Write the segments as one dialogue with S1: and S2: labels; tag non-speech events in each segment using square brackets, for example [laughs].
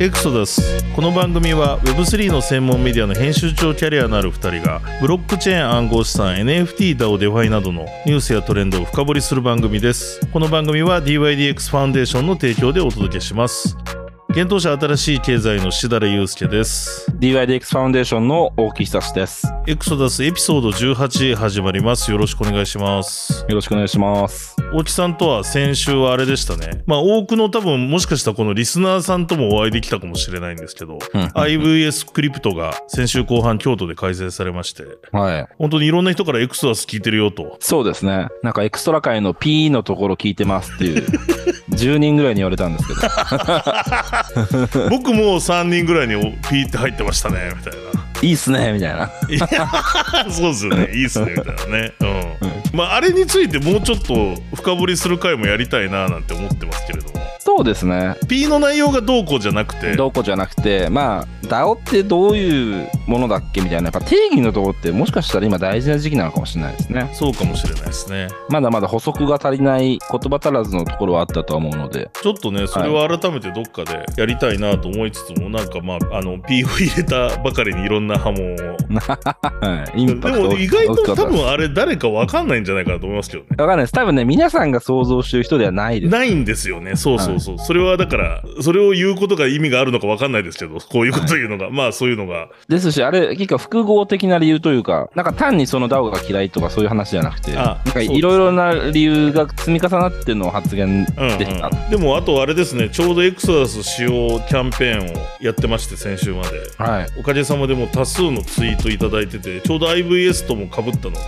S1: エクソダスこの番組は Web3 の専門メディアの編集長キャリアのある2人がブロックチェーン暗号資産 NFT ダ o デファイなどのニュースやトレンドを深掘りする番組ですこの番組は DYDX ファウンデーションの提供でお届けします現当社新しい経済のしだれゆうすけです
S2: DYDX ファウンデーションの大木久志です。よ
S1: エクソダスエピソード18始まりますよろしくお願いします
S2: ろしくお願いします。
S1: 大木さんとは先週はあれでしたね。まあ多くの多分もしかしたらこのリスナーさんともお会いできたかもしれないんですけど、
S2: うん
S1: IVS クリプトが先週後半京都で開催されまして、
S2: はい。
S1: 本当にいろんな人からエクソダス聞いてるよ
S2: [laughs]
S1: と。
S2: そうですね。なんかエクストラ界の P のところ聞いてますっ
S1: [laughs]
S2: ていう、10人ぐらいに言われたんですけど。
S1: 僕も3人ぐらいにおピーって入ってましたね、みたいな。
S2: いいっすね、みたいな。
S1: いやそうですよね。いいっすね、みたいなね。うん。まああれについてもうちょっと深掘りする回もやりたいななんて思ってますけれども。
S2: そうですね。
S1: P の内容がどうこうじゃなくて、
S2: どうこうじゃなくて、まあ、DAO ってどういうものだっけみたいな、やっぱ定義のところってもしかしたら今大事な時期なのかもしれないですね。
S1: そうかもしれないですね。
S2: まだまだ補足が足りない言葉足らずのところはあったとは思うので。
S1: ちょっとね、それは改めてどっかでやりたいなと思いつつも、なんかまあ、あの、P を [laughs] 入れたばかりにいろんな波紋を。
S2: はい。イ
S1: で
S2: ンパクト
S1: も意外
S2: 大きか
S1: と
S2: った
S1: 多
S2: です
S1: 分あれ誰かわかんないんじゃないかなと思いますけどね。
S2: わかんないです。多分ね、皆さんが想像してる人ではないです。
S1: ないんですよね。そうそうそう。それはだから、それを言うことが意味があるのかわかんないですけ
S2: [laughs]
S1: ど、こういうこと言うのが、まあそういうのが。
S2: ですし、あれ、結構複合的な理由というか、なんか単にその DAO が嫌いとかそういう話じゃなくて、
S1: あ
S2: なんか
S1: そう
S2: いろいろな理由が積み重なっての発言
S1: うん、うん
S2: でした。
S1: でもあとあれですね、ちょうどエクソダス使用キャンペーンをやってまして、先週まで。
S2: はい。
S1: おかげさまでもう多数のツイートいただいててちょうど IVS ともかぶったので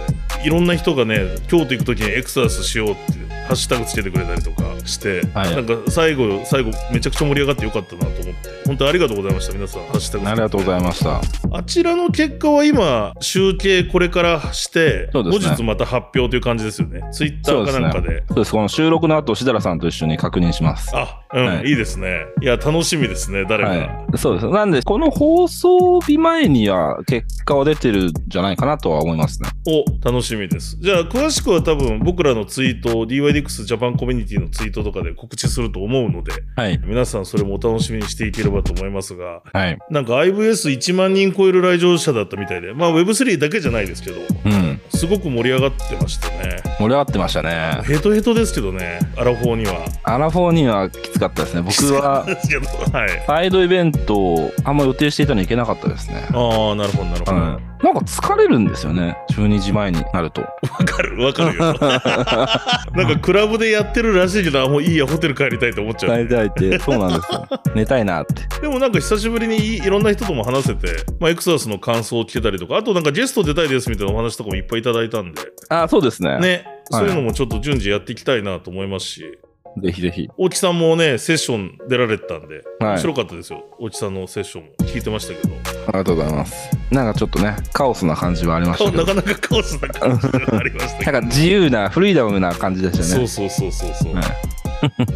S1: いろんな人がね京都行く時にエクサダスしようってハッシュタグつけてくれたりとかして、
S2: はい
S1: なんか最後最後めちゃくちゃ盛り上がってよかったなと思って本当にありがとうございました皆さんハッシュタグ
S2: ありがとうございました。
S1: あちらの結果は今集計これからして、
S2: そうです
S1: 後
S2: ね
S1: 日また発表という感じですよねツイッターかなんかで
S2: そうです。この収録の後、しだらさんと一緒に確認します。
S1: あうん、
S2: はい
S1: い、いですねいや楽しみですね誰が、
S2: はい。そうです。なんで、この放送日前には結果は出てるんじゃないかなとは思いますね。
S1: を楽しみです。じゃあ、詳しくは多分僕らのツイート、DYDX ジャパンコミュニティのツイートとかで告知すると思うので、
S2: はい。
S1: 皆さんそれもお楽しみにしていければと思いますが、
S2: はい。
S1: なんか IVS1 万人超える来場者だったみたいで、まあ Web3 だけじゃないですけど、
S2: うん。
S1: すごく盛り上がってましたね。
S2: 盛り上がってましたね。
S1: ヘトヘトですけどね、アラフォーには。 [laughs]
S2: アラフォーにはきつかったですね。僕は、
S1: ですけど、はい。
S2: サイドイベントをあんま予定していたのに行けなかったですね。
S1: ああ、なるほど、なるほど。わ、
S2: はい、なんか疲れるんですよね12時前になると
S1: かる、わかるよ。 [laughs] なんかクラブでやってるらしいけど、あもういいや、ホテル帰りたいと思っちゃう。
S2: 大体ってそうなんですよ [laughs] 寝たいなって
S1: でもなんか久しぶりにいいろんな人とも話せて、まあ、エクサダスの感想を聞けたりとか、あとなんかゲスト出たいですみたいなお話とかもいっぱいいただいたんで、
S2: あそうですね
S1: ね、
S2: は
S1: そ
S2: い
S1: ういうのもちょっと順次やっていきたいなと思いますし、
S2: ぜひぜひ
S1: 大木さんもね、セッション出られてたんで、
S2: はい
S1: 面白かったですよ。大木さんのセッションも聞いてましたけど、
S2: ありがとうございますなんかちょっとねカオスな感じはありましたけ
S1: な
S2: ど
S1: かなかカオスな感じがありましたけ
S2: な
S1: ど。
S2: んか自由なフリーダムな感じでした
S1: そ
S2: ね
S1: うそうそうそうそう、
S2: はい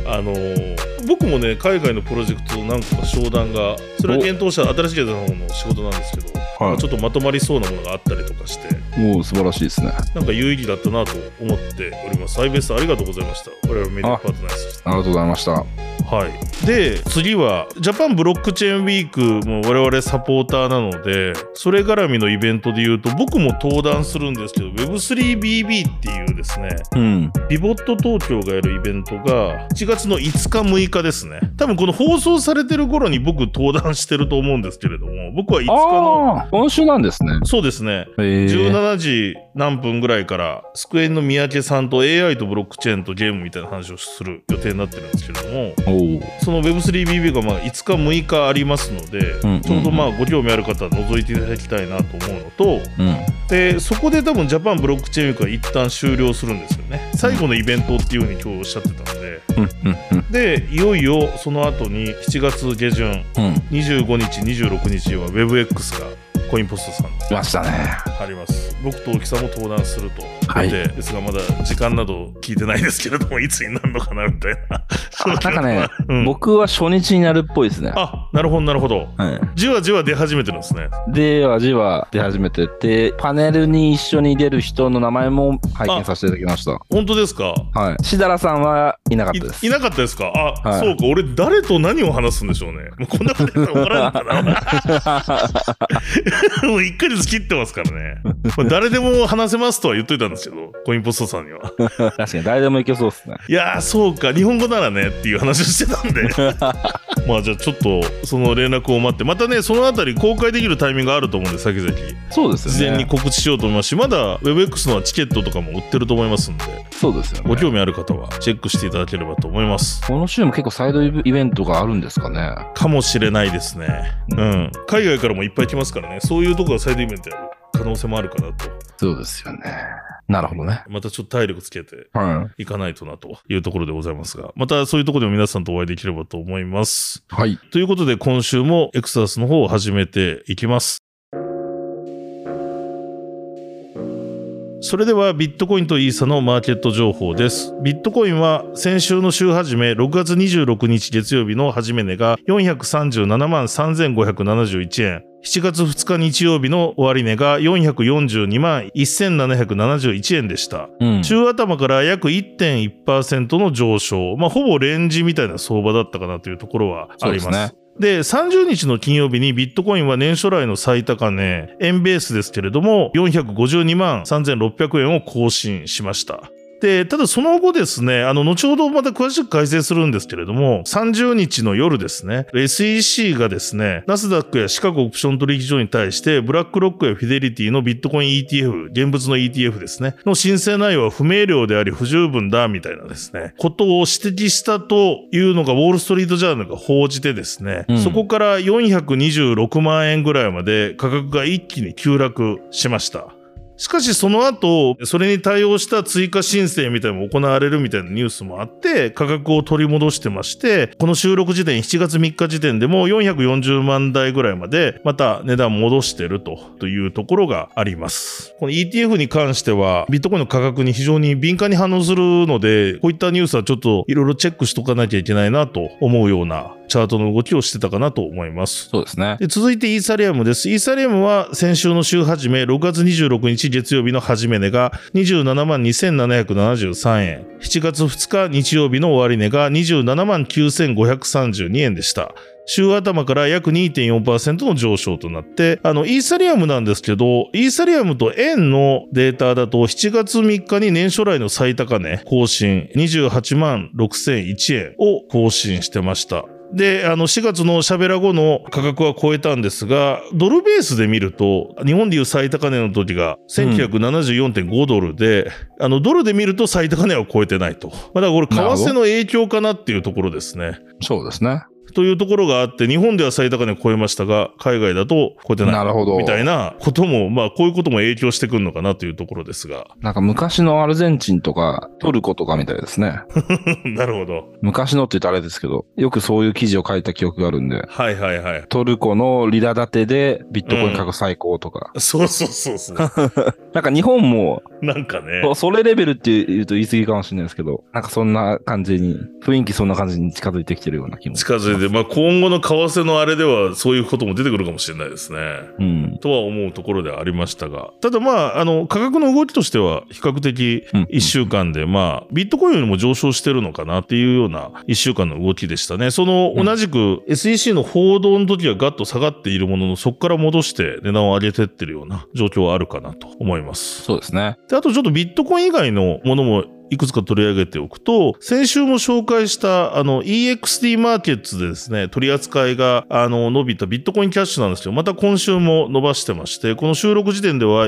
S1: あのー僕もね海外のプロジェクトと何個か商談がそれは検討者新しい経済の方の仕事なんですけど、まあちょっとまとまりそうなものがあったりとかして
S2: もう素晴らしいですね
S1: なんか有意義だったなと思っております。サイベースありがとうございました。我々メディアパートナーです。
S2: ありがとうございました
S1: はい。で、次は、ジャパンブロックチェーンウィークも我々サポーターなので、それ絡みのイベントで言うと、僕も登壇するんですけど、Web3BB っていうですね、
S2: うん
S1: ビボット東京がやるイベントが、7月の5日、6日ですね。多分この放送されてる頃に僕登壇してると思うんですけれども、僕は5日の、
S2: ああ今週なんですね
S1: そうですね、
S2: へえ
S1: 17時何分ぐらいから机の三宅さんと AI とブロックチェーンとゲームみたいな話をする予定になってるんですけれども
S2: おお
S1: その Web3BB がまあ5日6日ありますので、
S2: んうんうん
S1: ちょうどまあご興味ある方は覗いていただきたいなと思うのと
S2: うん
S1: でそこで多分ジャパンブロックチェーンウィークは一旦終了するんですよね最後のイベントっていうふうに今日おっしゃってたので
S2: うんうん
S1: でいよいよその後に7月下旬
S2: うんうん
S1: 25日26日は WebX がコインポストさん
S2: 来ましたね
S1: あります僕と大木さんも登壇すると
S2: はい
S1: 予定ですがまだ時間など聞いてないですけれどもいつになるのかなみたいな
S2: なんかね、
S1: [laughs] うん
S2: 僕は初日になるっぽいですね
S1: あなるほど、なるほど。
S2: はい、
S1: じわじわ出始めてるんですね。
S2: ではじわ出始めててパネルに一緒に出る人の名前も拝見させていただきました
S1: 本当ですか
S2: はいしだらさんはいなかったです
S1: いいなかったですかあ、
S2: はい
S1: そうか。俺、誰と何を話すんでしょうね。もうこんなこと言ったら分からんからな。 [laughs]
S2: [laughs]
S1: もう一回ずつ切ってますからね。まあ誰でも話せますとは言っといたんですけど、コインポストさんには。
S2: 確かに誰でもいけそうですね
S1: いやー、そうか。日本語ならねっていう話をしてたん
S2: [laughs]
S1: で。まあ、じゃあちょっと、その連絡を待って、またね、そのあたり公開できるタイミングがあると思うんで、先々。
S2: そうですよね
S1: 事前に告知しようと思いますし、まだ WebX のはチケットとかも売ってると思いますんで、
S2: そうですよね
S1: ご興味ある方はチェックしていただければと思います。
S2: この週も結構サイドイベントがあるんですかね
S1: かもしれないですね。うん。海外からもいっぱい来ますからね。そういうとこがサイドイベントやる可能性もあるかなと。
S2: そうですよねなるほどね
S1: またちょっと体力つけて
S2: はい
S1: かないとなというところでございますが、またそういうところでも皆さんとお会いできればと思います。
S2: い、はい、
S1: ということで今週もエクサスの方を始めていきます。それではビットコインとイーサのマーケット情報です。ビットコインは先週の週始め6月26日月曜日の始め値が437万3571円。7月2日日曜日の終値が442万1771円でした。
S2: うん
S1: 中頭から約1.1%の上昇、まあ、ほぼレンジみたいな相場だったかなというところはあります。
S2: そうですね
S1: で、30日の金曜日にビットコインは年初来の最高値、円ベースですけれども、452万3600円を更新しました。で、ただその後ですね、あの、後ほどまた詳しく改正するんですけれども、30日の夜ですね、SEC がですね、ナスダックやシカゴオプション取引所に対して、ブラックロックやフィデリティのビットコイン ETF、現物の ETF ですね、の申請内容は不明瞭であり不十分だ、みたいなですね、ことを指摘したというのが、ウォールストリートジャーナルが報じてですね、
S2: うん
S1: そこから426万円ぐらいまで価格が一気に急落しました。しかしその後、それに対応した追加申請みたいなのも行われるみたいなニュースもあって、価格を取り戻してまして、この収録時点、7月3日時点でもう440万台ぐらいまで、また値段戻してるとというところがあります。この ETF に関しては、ビットコインの価格に非常に敏感に反応するので、こういったニュースはちょっといろいろチェックしとかなきゃいけないなと思うようなチャートの動きをしてたかなと思います。
S2: そうですね
S1: で続いてイーサリアムです。イーサリアムは先週の週始め、6月26日月曜日の始め値が27万2773円。7月2日日曜日の終値が27万9532円でした。週頭から約2.4%の上昇となって、あの、イーサリアムなんですけど、イーサリアムと円のデータだと、7月3日に年初来の最高値更新、28万6001円を更新してました。で、あの、4月のシャベラ後の価格は超えたんですが、ドルベースで見ると、日本でいう最高値の時が1974.5ドルで、あの、ドルで見ると最高値は超えてないと。まあだからこれ、為
S2: なるほど
S1: 替の影響かなっていうところですね。
S2: そうですね
S1: というところがあって、日本では最高値を超えましたが、海外だと超えてな。
S2: ないるほど
S1: みたいなことも、まあ、こういうことも影響してくるのかなというところです
S2: [laughs]
S1: が。
S2: なんか昔のアルゼンチンとかトルコとかみたいですね。
S1: なるほど。
S2: 昔のって言ったらあれですけど、よくそういう記事を書いた記憶があるんで、
S1: はいはいはい。
S2: トルコのリラ建てでビットコイン価格最高とか。
S1: そうそうそう
S2: [laughs]
S1: そう。
S2: なんか日本も、
S1: なんかね。
S2: そそれレベルって言うと言い過ぎかもしれないですけど、なんかそんな感じに、雰囲気そんな感じに近づいてきてるような気も。
S1: 近づいて、まあ、今後の為替のあれではそういうことも出てくるかもしれないですね。
S2: うん。
S1: とは思うところではありましたが、ただまあ、あの、価格の動きとしては比較的
S2: うん
S1: 1週間で、まあ、ビットコインよりも上昇してるのかなっていうような1週間の動きでしたね。その
S2: うん
S1: 同じく SEC の報道の時はガッと下がっているものの、そこから戻して値段を上げてってるような状況はあるかなと思います。
S2: そうですね。
S1: で、あとちょっとビットコイン以外のものもいくつか取り上げておくと、先週も紹介した、あの、EXT マーケットでですね、取り扱いが、あの、伸びたビットコインキャッシュなんですけど、また今週も伸ばしてまして、この収録時点では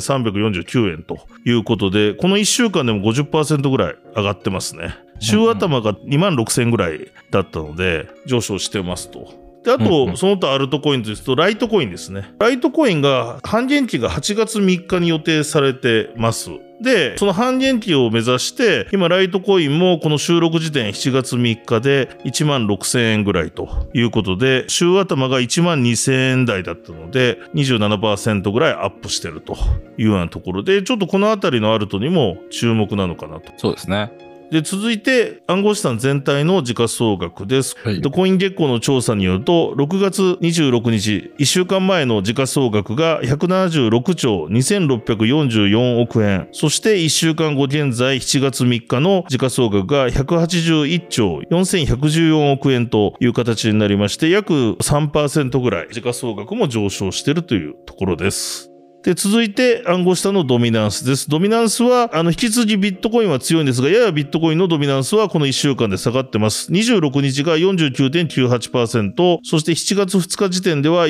S1: 42,349円ということで、この1週間でも50%ぐらい上がってますね。週頭が2万6000円ぐらいだったので、上昇してますと。で、あ
S2: うんう
S1: と、
S2: ん
S1: その他アルトコインというと、ライトコインですね。ライトコインが半減期が8月3日に予定されてます。で、その半減期を目指して、今、ライトコインもこの収録時点7月3日で1万6000円ぐらいということで、週頭が1万2000円台だったので、27%ぐらいアップしてるというようなところで、ちょっとこのあたりのアルトにも注目なのかなと。
S2: そうですね。
S1: で、続いて暗号資産全体の時価総額です。
S3: はい
S1: でコイン月光の調査によると、6月26日、1週間前の時価総額が176兆2644億円。そして1週間後現在7月3日の時価総額が181兆4114億円という形になりまして、約3%ぐらい時価総額も上昇しているというところです。で、続いて暗号下のドミナンスです。ドミナンスは、あの、引き続きビットコインは強いんですが、ややビットコインのドミナンスはこの1週間で下がってます。26日が49.98%、そして7月2日時点では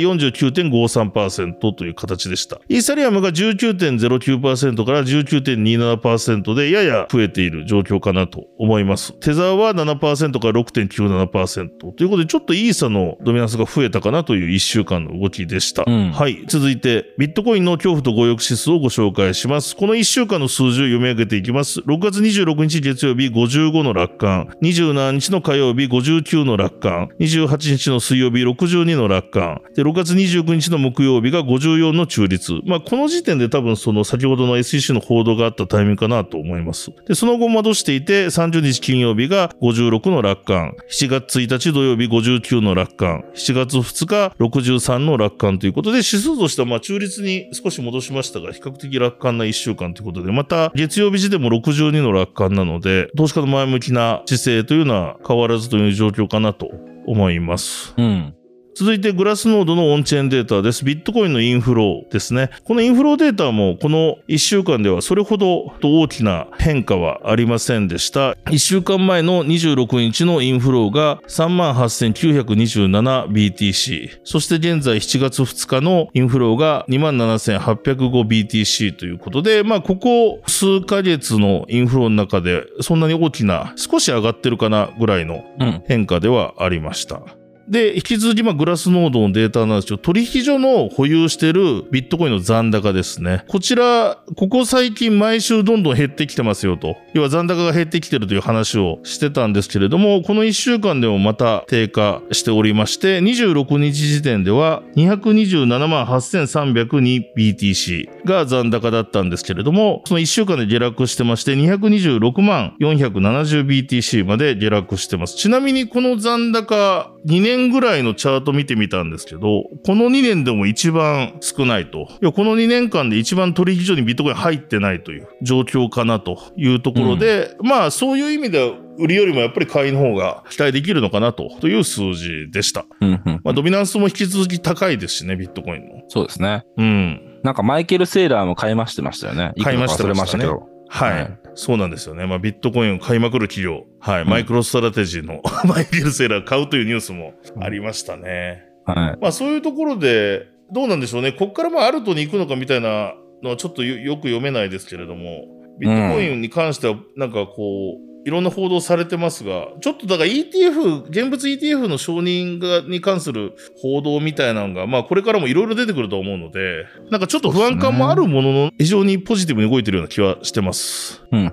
S1: 49.53%という形でした。イーサリアムが19.09%から19.27%で、やや増えている状況かなと思います。テザーは7%から6.97%ということで、ちょっとイーサのドミナンスが増えたかなという1週間の動きでした。
S2: うん
S1: はい。続いて、ビットコインの恐怖と強欲指数をご紹介します。この1週間の数字を読み上げていきます。6月26日月曜日55の楽観。27日の火曜日59の楽観。28日の水曜日62の楽観。で、6月29日の木曜日が54の中立。まあ、この時点で多分その先ほどの SEC の報道があったタイミングかなと思います。で、その後戻していて、30日金曜日が56の楽観。7月1日土曜日59の楽観。7月2日63の楽観ということで、指数としてはまあ中立に少し戻しましたが、比較的楽観な1週間ということで、また月曜日時でも62の楽観なので、投資家の前向きな姿勢というのは変わらずという状況かなと思います。
S2: うん。
S1: 続いてグラスノードのオンチェーンデータです。ビットコインのインフローですね。このインフローデータもこの1週間ではそれほど大きな変化はありませんでした。1週間前の26日のインフローが 38,927BTC。そして現在7月2日のインフローが 27,805BTC ということで、まあここ数ヶ月のインフローの中でそんなに大きな少し上がってるかなぐらいの
S2: うん。
S1: 変化ではありました。で、引き続き、まあ、グラスノードのデータなんですけど、取引所の保有しているビットコインの残高ですね。こちら、ここ最近毎週どんどん減ってきてますよと。要は残高が減ってきてるという話をしてたんですけれども、この1週間でもまた低下しておりまして、26日時点では227万 8302BTC が残高だったんですけれども、その1週間で下落してまして、226万 470BTC まで下落してます。ちなみにこの残高、2年ぐらいのチャート見てみたんですけど、この2年でも一番少ないと。いや、この2年間で一番取引所にビットコイン入ってないという状況かなというところで、まあ、そういう意味では、売りよりもやっぱり買いの方が期待できるのかなとという数字でした。
S2: うん。うん
S1: まあ、ドミナンスも引き続き高いですしね、ビットコインの。
S2: そうですね。
S1: うん。
S2: なんかマイケル・セーラーも買いましてましたよね。
S1: 買いまして
S2: くらか
S1: ま
S2: 忘れま
S1: し
S2: したた
S1: ね
S2: けど。
S1: はい。
S2: はい
S1: そうなんですよね。まあ、ビットコインを買いまくる企業。はい。
S2: ん
S1: マイクロストラテジーの [laughs] マイケルセーラー買うというニュースもありましたね。
S2: はい。
S1: まあ、そういうところで、どうなんでしょうね。こっからまあ、アルトに行くのかみたいなのはちょっとよよく読めないですけれども、ビットコインに関しては、なんかこう、いろんな報道されてますが、ちょっとだから ETF、現物 ETF の承認がに関する報道みたいなのが、まあこれからもいろいろ出てくると思うので、なんかちょっと不安感もあるものの、非常にポジティブに動いてるような気はしてます。
S2: うんうんうん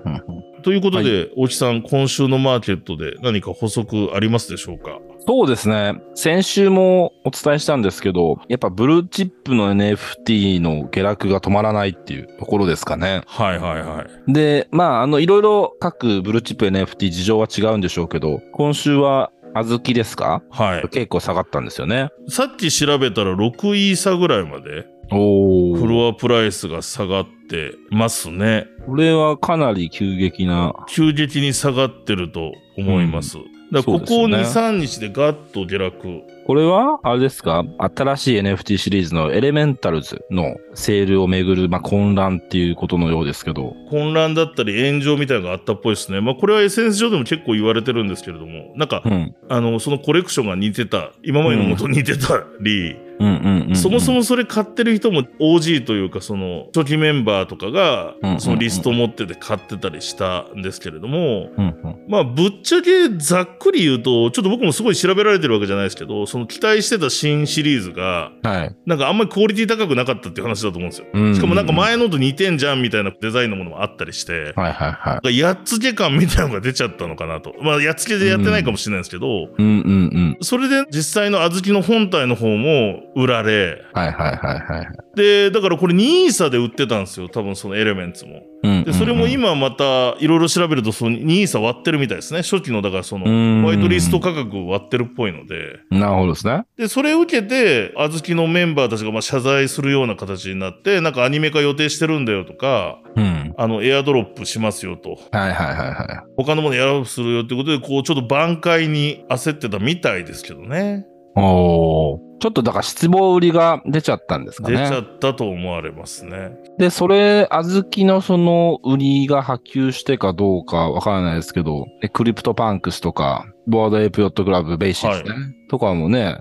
S1: ということで、大木さん、今週のマーケットで何か補足ありますでしょうか
S2: そうですね。先週もお伝えしたんですけど、やっぱブルーチップの NFT の下落が止まらないっていうところですかね。
S1: はいはいはい。
S2: で、まあ、あの、いろいろ各ブルーチップ NFT 事情は違うんでしょうけど、今週は小豆ですか
S1: はい。
S2: 結構下がったんですよね。
S1: さっき調べたら6イーサぐらいまで
S2: お
S1: フロアプライスが下がってますね。
S2: これはかなり急激な。
S1: 急激に下がってると思います。だからここ
S2: そう
S1: 2、
S2: です
S1: 3日でガッと下落。
S2: これは、あれですか新しい NFT シリーズのエレメンタルズのセールをめぐる、まあ、混乱っていうことのようですけど。
S1: 混乱だったり炎上みたいなのがあったっぽいですね。まあこれは SNS 上でも結構言われてるんですけれども、なんか、
S2: うん。
S1: あの、そのコレクションが似てた、今までのもと似てたり、
S2: うんうんうん、うん。
S1: そもそもそれ買ってる人も OG というかその初期メンバーとかが
S2: うんうんうん
S1: そのリスト持ってて買ってたりしたんですけれども
S2: うんうん。
S1: まあぶっちゃけざっくり言うとちょっと僕もすごい調べられてるわけじゃないですけどその期待してた新シリーズが
S2: はい。
S1: なんかあんまりクオリティ高くなかったっていう話だと思うんですよ。
S2: う
S1: しかもなんか前のと似てんじゃんみたいなデザインのものもあったりして。
S2: はいはいはい。
S1: なんかやっつけ感みたいなのが出ちゃったのかなと。まあ、やっつけでやってないかもしれないですけど、
S2: うんうんうん。
S1: それで実際の小豆の本体の方も売られ、
S2: はいはいはいはい。
S1: で、だからこれ2イーサで売ってたんですよ。多分そのエレメンツも。
S2: うんうん
S1: でそれも今またいろいろ調べるとその NISA 割ってるみたいですね初期のだからその
S2: ホ
S1: ホワイトリスト価格を割ってるっぽいので
S2: なるほどですね。
S1: でそれを受けてあずきのメンバーたちがまあ謝罪するような形になってなんかアニメ化予定してるんだよとか
S2: うん。
S1: あのエアドロップしますよと
S2: はいはいはいは
S1: 他のものやろうとするよってことでこうちょっと挽回に焦ってたみたいですけどね
S2: い。おお。ちょっとだから失望売りが出ちゃったんですか
S1: 出ちゃ
S2: ね。
S1: ったと思われますね
S2: で、それ、小豆のその売りが波及してかどうかわからないですけど、えクリプトパンクスとか、ボードエイプヨットクラブ、ベーシックスね、とかもね、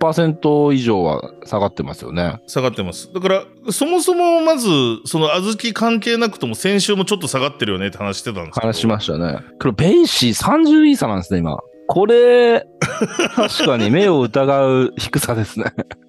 S2: 10%以上は下がってますよね。
S1: 下がってますだからそもそもまずその小豆関係なくとも先週もちょっと下がってるよねって話してたんですけど
S2: 話しましたね。これ、ベイシー30イーサなんですね、今。
S1: [laughs]
S2: これ、確かに目を疑う低さですね。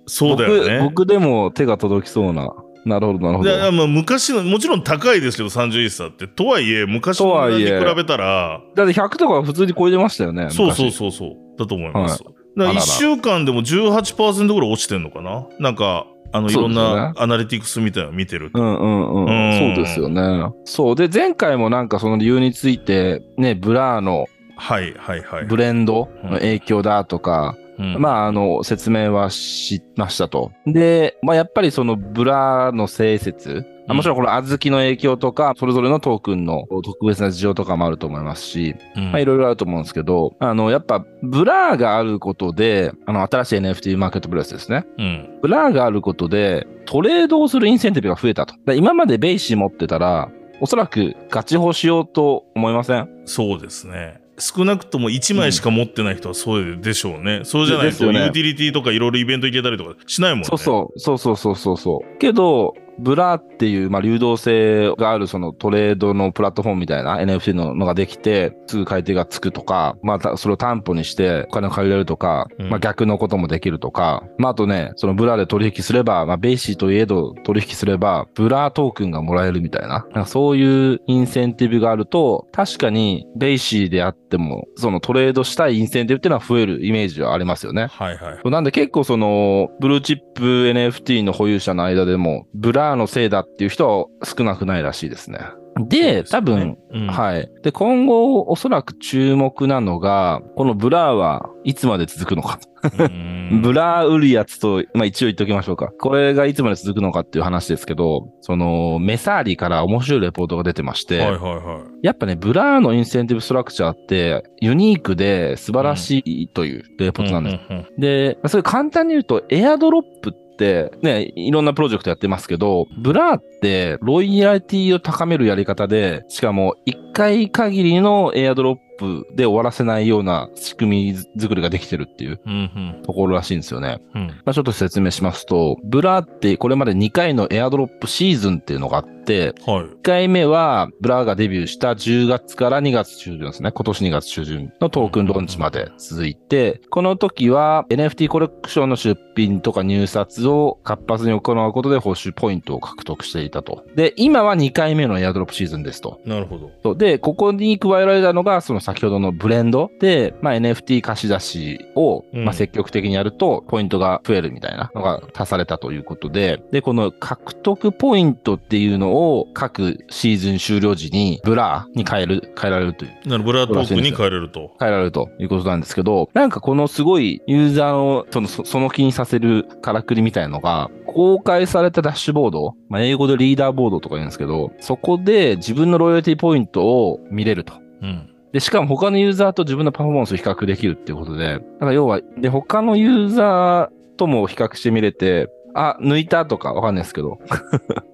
S1: そうだよね
S2: 僕僕でも手が届きそうな。なるほど、なるほ
S1: いや
S2: ど。
S1: まあ昔のもちろん高いですけど30イーサーってとはいえ昔の値段に比べたら
S2: だって100とか普通に超えてましたよね。
S1: そうそう
S2: 昔
S1: そうそうだと思います、
S2: い
S1: だから1
S2: あらら
S1: 週間でも18%ぐらい落ちてんのかななんかあのい
S2: そ
S1: ろ
S2: うんですよね
S1: なアナリティクスみたいなの見てると
S2: うんうん
S1: う
S2: うんん。そうですよね。そう。で、前回もなんかその理由について、ね、ブラーの
S1: はいはいはい、
S2: ブレンドの影響だとか、
S1: うん
S2: まあ、あの、説明はしましたと。で、まあ、やっぱりそのブラの性説、
S1: うん
S2: もちろんこの小豆の影響とか、それぞれのトークンの特別な事情とかもあると思いますし、
S1: うん
S2: まあ、いろいろあると思うんですけど、あの、やっぱ、ブラがあることで、あの、新しい NFT マーケットプレイスですね。
S1: うん
S2: ブラがあることで、トレードをするインセンティブが増えたと。で今までベイシー持ってたら、おそらくガチ保しようと思いません
S1: そうですね少なくとも1枚しか持ってない人はそうでしょうね、そうじゃない
S2: です
S1: とユ
S2: よね
S1: ーティリティとかいろいろイベント行けたりとかしないもんね
S2: そうそう、そうそうそうそうそう。けど、ブラっていう、まあ、流動性があるそのトレードのプラットフォームみたいな NFT ののができて、すぐ買い手がつくとか、まあた、それを担保にしてお金を借りれるとか、
S1: うん
S2: まあ、逆のこともできるとか、まあ、あとね、そのブラで取引すれば、まあ、ベーシーといえど取引すれば、ブラトークンがもらえるみたいな、なんかそういうインセンティブがあると、確かにベーシーであっても、そのトレードしたいインセンティブっていうのは増えるイメージはありますよね。
S1: はいはい
S2: そうなんで結構その、ブルーチップ NFT の保有者の間でも、ブラーのせいだっていう人は少なくないらしいですね。で、多分、、
S1: うん
S2: はい。で、今後、おそらく注目なのが、このブラーはいつまで続くのか。
S1: うん
S2: ブラー売るやつと、まあ一応言っておきましょうか。これがいつまで続くのかっていう話ですけど、その、メサーリから面白いレポートが出てまして、
S1: はいはいはい
S2: やっぱね、ブラーのインセンティブストラクチャーって、ユニークで素晴らしいというレポートなんです。
S1: うんうんうん
S2: で、それ簡単に言うと、エアドロップって、ね、いろんなプロジェクトやってますけど、ブラーって、ロイヤリティを高めるやり方で、しかも、一回限りのエアドロップで終わらせないような仕組み作りができてるっていう
S1: うん
S2: ところらしいんですよね。
S1: うんうん
S2: まあ、ちょっと説明しますと、ブラーって、これまで2回のエアドロップシーズンっていうのがあって、
S1: はい
S2: 1回目は、ブラーがデビューした10月から2月中旬ですね。今年2月中旬のトークンローンチまで続いて、この時は NFT コレクションの出品とか入札を活発に行うことで報酬ポイントを獲得していたと。で、今は2回目のエアドロップシーズンですと。
S1: なるほど
S2: そうで、ここに加えられたのが、その先ほどのブレンドで、まあ、NFT 貸し出しを、
S1: うん
S2: まあ、積極的にやると、ポイントが増えるみたいなのが足されたということで、で、この獲得ポイントっていうのを、各シーズン終了時に、ブラーに変える、変えられるという。
S1: なるブラトークに変えれると
S2: 変えられるということなんですけど、なんかこのすごいユーザーのそのそその気にさせるからくりみたいのが、公開されたダッシュボード、まあ、英語でリーダーボードとか言うんですけど、そこで自分のロイヤリティポイントを見れると。
S1: うん
S2: で、しかも他のユーザーと自分のパフォーマンスを比較できるっていうことで、だから要は、で、他のユーザーとも比較してみれて、あ、抜いたとかわかんないですけど、 [laughs]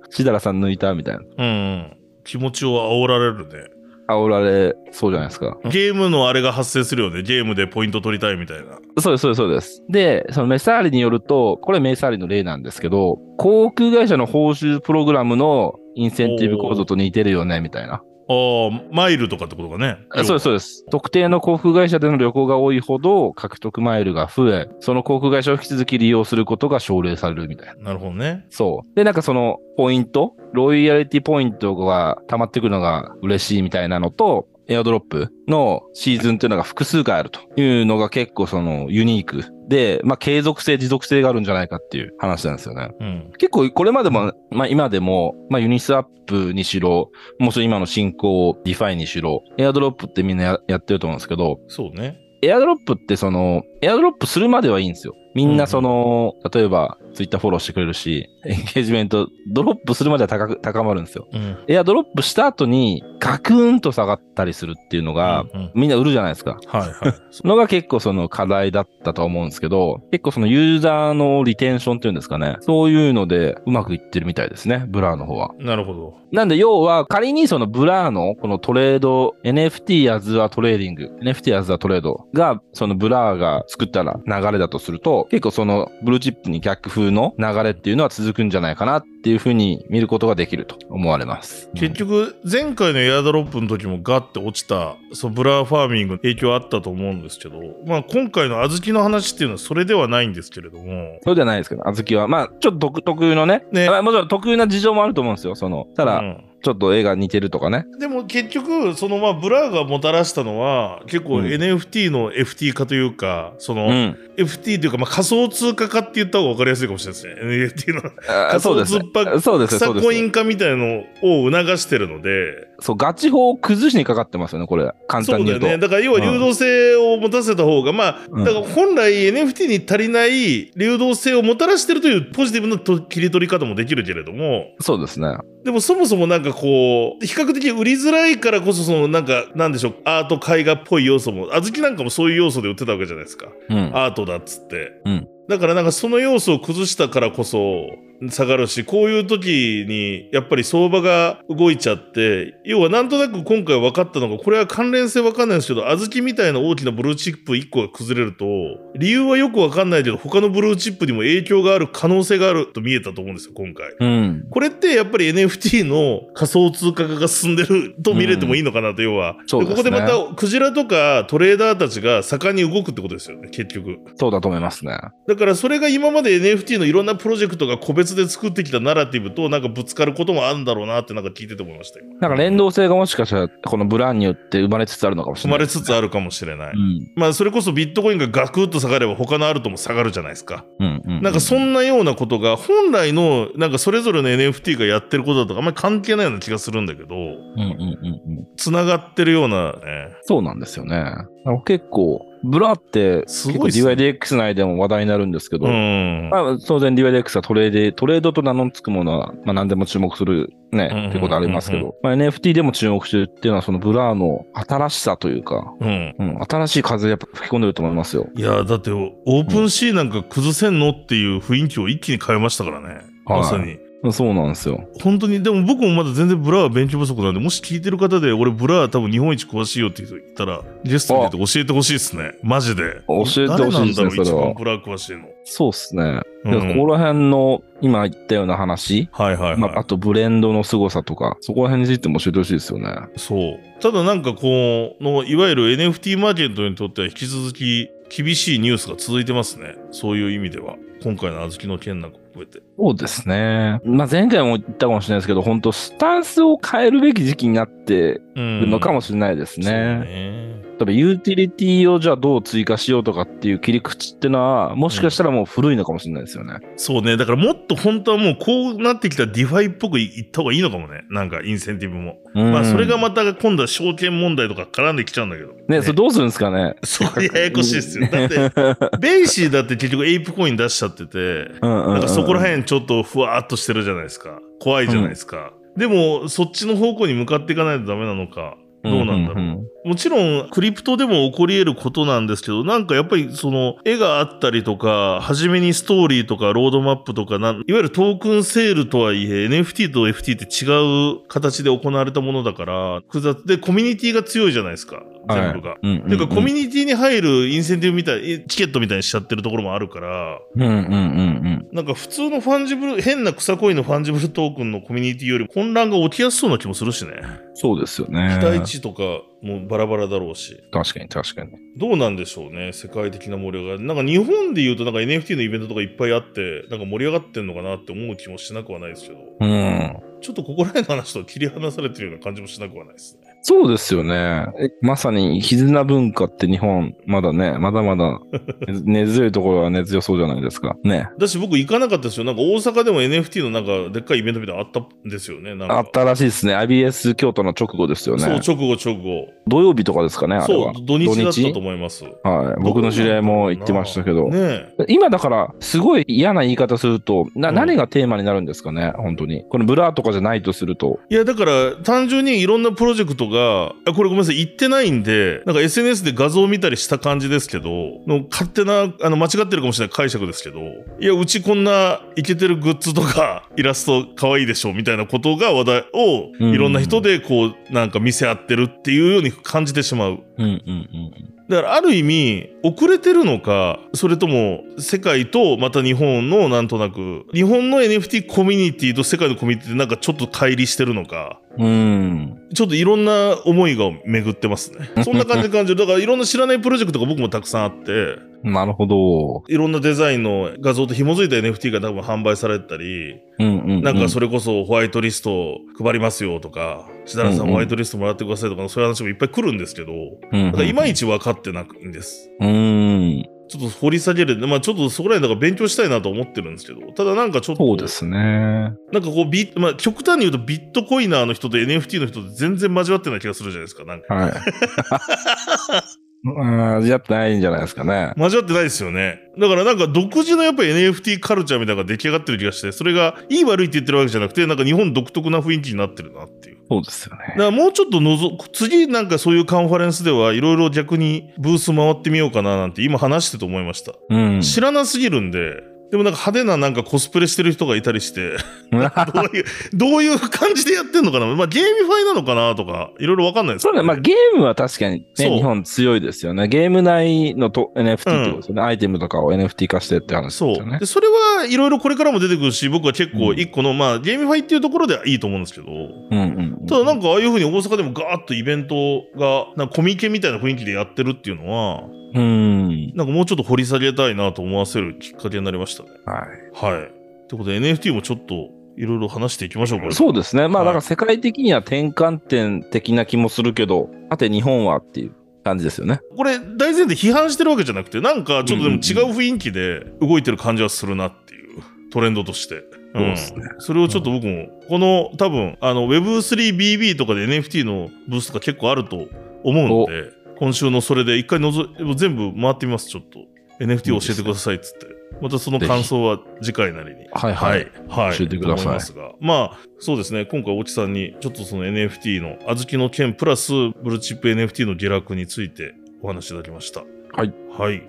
S2: しだらさん抜いたみたいな。
S1: うんうん気持ちを煽られるね
S2: 煽られそうじゃないですか。
S1: ゲームのあれが発生するよねゲームでポイント取りたいみたいな
S2: そうです、そうです、そうです。で、そのメサーリによると、これメサーリの例なんですけど、航空会社の報酬プログラムのインセンティブ構造と似てるよね、みたいな。
S1: あーマイルとかってことかね
S2: あそうです、そうです。特定の航空会社での旅行が多いほど獲得マイルが増え、その航空会社を引き続き利用することが奨励されるみたいな。
S1: なるほどね
S2: そう。で、なんかそのポイント、ロイヤリティポイントが溜まってくるのが嬉しいみたいなのと、エアドロップのシーズンというのが複数回あるというのが結構そのユニークで、まあ継続性、持続性があるんじゃないかっていう話なんですよね。
S1: うん。
S2: 結構これまでも、まあ今でも、まあユニスアップにしろ、もうそれ今の進行をディファイにしろ、エアドロップってみんなややってると思うんですけど、
S1: そうね。
S2: エアドロップってその、エアドロップするまではいいんですよ。みんなその、例えばツイッターフォローしてくれるし、エンゲージメント、ドロップするまでは高く高まるんですよ。
S1: うん。
S2: エアドロップした後にガクーンと下がったりするっていうのが、
S1: うんうん
S2: みんな売るじゃないですか。
S1: はいはい。 [laughs]
S2: のが結構その課題だったと思うんですけど、結構そのユーザーのリテンションっていうんですかね。そういうのでうまくいってるみたいですね、ブラーの方は。
S1: なるほど。
S2: なんで要は仮にそのブラーのこのトレード、NFT as a trading、NFT as a trade がそのブラーが作ったら流れだとすると、結構そのブルーチップに逆風の流れっていうのは続くんじゃないかなっていうふうに見ることができると思われます。
S1: 結局、前回のエアドロップの時もガッて落ちた、そう、ブラーファーミングの影響あったと思うんですけど、まあ今回の小豆の話っていうのはそれではないんですけれども、
S2: そうじゃないですけど、小豆は。まあ、ちょっと独特のね。
S1: ね
S2: まあもちろん特有な事情もあると思うんですよ。その、ただ、
S1: うん
S2: ちょっと絵が似てるとかね。
S1: でも結局そのまあブラーがもたらしたのは結構
S2: うん
S1: NFT の FT 化というかその、
S2: うん。
S1: FT というかまあ仮想通貨化って言った方が分かりやすいかもしれないですね NFT の
S2: あそうです。
S1: 仮想通貨
S2: そうです。
S1: 草
S2: そう
S1: コイ
S2: です。
S1: ン化みたいのを促してるので
S2: そう、ガチ法を崩しにかかってますよね、これ。簡
S1: そ
S2: 単
S1: う
S2: に
S1: だよ
S2: 言うと。
S1: ねだから要は流動性を持たせた方が、まあ
S2: うん
S1: だから本来 NFT に足りない流動性をもたらしてるというポジティブなと切り取り方もできるけれども
S2: そうですね。
S1: でもそもそもなんかこう比較的売りづらいからこそそのなんかなんでしょうアート絵画っぽい要素も小豆なんかもそういう要素で売ってたわけじゃないですか
S2: うん。
S1: アートだっつって、
S2: うん
S1: だからなんかその要素を崩したからこそ下がるしこういう時にやっぱり相場が動いちゃって要はなんとなく今回分かったのがこれは関連性分かんないんですけど小豆みたいな大きなブルーチップ1個が崩れると理由はよく分かんないけど他のブルーチップにも影響がある可能性があると見えたと思うんですよ今回。
S2: うん。
S1: これってやっぱり NFT の仮想通貨化が進んでると見れてもいいのかなと、要は
S2: そうです
S1: ここ
S2: ね
S1: でまたクジラとかトレーダーたちが盛んに動くってことですよね結局
S2: そうだと思いますね。
S1: だからそれが今まで NFT のいろんなプロジェクトが個別で作ってきたナラティブとなんかぶつかることもあるんだろうなってなんか聞いてて思いましたよ
S2: なんか連動性がもしかしたら、このブランによって生まれつつあるのかもし
S1: 生ま
S2: れない。
S1: れつつあるかもしれない、
S2: うん。
S1: まあそれこそビットコインがガクッと下がれば他のアルトも下がるじゃないですか
S2: うん。うん。
S1: なんかそんなようなことが本来のなんかそれぞれの NFT がやってることだとかあんまり関係ないような気がするんだけど
S2: うんうんうんうん。
S1: つながってるようなね
S2: そうなんですよね。なんか結構、ブラって、
S1: す
S2: 結
S1: ごい
S2: 構
S1: っすね
S2: DYDX 内でも話題になるんですけど、
S1: うん。
S2: まあ、当然 DYDX はトレーデー、トレードと名の付くものは、まあ、何でも注目するね、
S1: うんうんうんうん
S2: ってことありますけど、まあ、NFT でも注目してるっていうのは、そのブラーの新しさというか、
S1: うん。
S2: うん、新しい風やっぱ吹き込んでると思いますよ。
S1: いや、だって、オープンシーなんか崩せんのっていう雰囲気を一気に変えましたからね。
S2: はい
S1: まさに。
S2: そうなんですよ。
S1: 本当に、でも僕もまだ全然ブラは勉強不足なんで、もし聞いてる方で、俺ブラは多分日本一詳しいよっていう人いたら、ゲストに出て教えてほしいですね。マジで。
S2: 教えてほしいですね
S1: 誰なんだろう、一
S2: それは
S1: 番ブラ詳しいの。
S2: そうですね。
S1: う
S2: でこ
S1: ん、
S2: こら辺の今言ったような話、
S1: はいはいはい。
S2: まあ、あとブレンドの凄さとか、そこら辺についても教えてほしいですよね。
S1: そう。ただなんかこうの、いわゆる NFT マーケットにとっては引き続き厳しいニュースが続いてますね。そういう意味では。今回の小豆の件なんかも含めて。
S2: そうですね。まあ、前回も言ったかもしれないですけど、本当スタンスを変えるべき時期になって
S1: う
S2: る
S1: ん
S2: のかもしれないです
S1: そう
S2: ね。
S1: ね
S2: 例えばユーティリティをじゃあどう追加しようとかっていう切り口ってのは、もしかしたらもう古いのかもしれないですよね。
S1: そうね。だからもっと本当はもうこうなってきたらディファイっぽくいった方がいいのかもね。なんかインセンティブも。まあそれがまた今度は証券問題とか絡んできちゃうんだけど。
S2: ね、それどうするんですかね。
S1: そうややこしいですよ。だ
S2: [laughs]
S1: って、ベイシーだって結局エイプコイン出しちゃってて、
S2: な
S1: なんかそこら
S2: 辺
S1: 辺ちょっとふわーっとしてるじゃないですか。怖いじゃないですか。でもそっちの方向に向かっていかないとダメなのか。どうなんだろう。もちろん、クリプトでも起こり得ることなんですけど、なんかやっぱりその、絵があったりとか、初めにストーリーとか、ロードマップとかなん、いわゆるトークンセールとはいえ、NFT と FT って違う形で行われたものだから、複雑で、コミュニティが強いじゃないですか、全部が。
S2: うんうんうん。
S1: てか、コミュニティに入るインセンティブみたい、えチケットみたいにしちゃってるところもあるから、
S2: うんうんうん
S1: なんか普通のファンジブル、変な草コインのファンジブルトークンのコミュニティより混乱が起きやすそうな気もするしね。
S2: うん。そうですよ
S1: 期
S2: ね。
S1: 待値とかもバラバラだろうし。
S2: 確かに確かに。
S1: どうなんでしょうね、世界的な盛り上がり。なんか日本で言うとなんか NFT のイベントとかいっぱいあって、なんか盛り上がってんのかなって思う気もしなくはないですけど、
S2: うん。
S1: ちょっとここら辺の話と切り離されてるような感じもしなくはないですね。
S2: そうですよね。まさに絆文化って日本、まだね、まだまだ [laughs] 根強いところは根強そうじゃないですか。ね。
S1: だし僕行かなかったですよ。なんか大阪でも NFT のなんかでっかいイベントみたいなのあったんですよね。なんか
S2: あったらしいですね。IBS 京都の直後ですよね。
S1: そう、直後直後。
S2: 土曜日とかですかね、あれ
S1: そ
S2: は
S1: う。、土日だった
S2: 土
S1: と思います。ね
S2: はい。僕の知り合いも言ってましたけど。
S1: え。
S2: 今だから、すごい嫌な言い方すると、な、
S1: うん
S2: 何がテーマになるんですかね、本当に。このブラとかじゃないとすると。
S1: いや、だから、単純にいろんなプロジェクトが、あこれごめんなさい、行ってないんで、なんか SNS で画像を見たりした感じですけど、の勝手な、あの、間違ってるかもしれない解釈ですけど、いや、うちこんなイケてるグッズとか、 [laughs] イラスト可愛いでしょ、みたいなことが話題を、
S2: うん
S1: いろんな人でこう、なんか見せ合ってるっていうように感じてしまう。
S2: うんうん
S1: だからある意味遅れてるのかそれとも世界とまた日本のなんとなく日本の NFT コミュニティと世界のコミュニティってなんかちょっと乖離してるのか
S2: うん。うん。
S1: ちょっといろんな思いが巡ってます
S2: [laughs]
S1: ねそんな感じで感じるだからいろんな知らないプロジェクトが僕もたくさんあって
S2: なるほど。
S1: いろんなデザインの画像と紐づいた NFT が多分販売されてたり
S2: うんうん、うん。
S1: なんかそ
S2: れ。
S1: れこそホワイトリスト配りますよとか設楽さ
S2: うん
S1: ん
S2: うん
S1: ホワイトリストもらってくださいとかそういう話もいっぱい来るんですけど
S2: うん、
S1: だからいまいち分かってないんです
S2: うん。
S1: ちょっと掘り下げる。まあちょっとそこら辺だから勉強したいなと思ってるんですけど、ただなんかちょっと、
S2: そうですね。
S1: なんかこうビッ、まあ極端に言うとビットコイナーの人と NFT の人と全然交わってない気がするじゃないですか。なんか。
S2: はい。 [laughs] あーやってないんじゃないですかね。
S1: 交わってないですよね。だからなんか独自のやっぱり NFT カルチャーみたいなのが出来上がってる気がして、それがいい悪いって言ってるわけじゃなくて、なんか日本独特な雰囲気になってるなっていう。
S2: そうですよ
S1: だか
S2: ね。
S1: らもうちょっとのぞ、次なんかそういうカンファレンスではいろいろ逆にブース回ってみようかななんて今話してて思いました。
S2: うん。
S1: 知らなすぎるんで、でもなんか派手ななんかコスプレしてる人がいたり
S2: [laughs]
S1: して、どういう、どういう感じでやってんのかなまあゲーミファイなのかなとか、いろいろわかんないです
S2: [laughs] そうね。まあ、ゲームは確かにね、
S1: そう
S2: 日本強いですよね。ゲーム内のと NFT ってことですよね、アイテムとかを NFT 化してって話
S1: そ
S2: ですよ
S1: う。
S2: ね
S1: で、。それはいろいろこれからも出てくるし、僕は結構一個の、まあ、ゲーミファイっていうところではいいと思うんですけど、
S2: うんうんうん。
S1: ただなんかああいうふうに大阪でもガーッとイベントが、なんかコミケみたいな雰囲気でやってるっていうのは、
S2: うん。
S1: なんかもうちょっと掘り下げたいなと思わせるきっかけになりましたね。
S2: はい。
S1: はい。ということで NFT もちょっといろいろ話していきましょう、これ。
S2: そうですね。ま
S1: は
S2: あ、
S1: い
S2: だから世界的には転換点的な気もするけど、さて日本はっていう感じですよね。
S1: これ大前提批判してるわけじゃなくてなんかちょっとでも違う雰囲気で動いてる感じはするなっていうトレンドとして。
S2: そうですね。
S1: それをちょっと僕も、この多分、あの Web3BB とかで NFT のブースとか結構あると思うんで、今週のそれで一回のぞ、全部回ってみます、ちょっと。NFT を教えてくださいっつって。またその感想は次回なりに。
S2: はいは
S1: はいい。。はい。
S2: 教えてくだ
S1: と
S2: さい
S1: 思ますが。まあ、そうですね。今回、大木さんに、ちょっとその NFT の、小豆の件プラス、ブルーチップ NFT の下落についてお話しいただきました。
S2: はい。
S1: はい。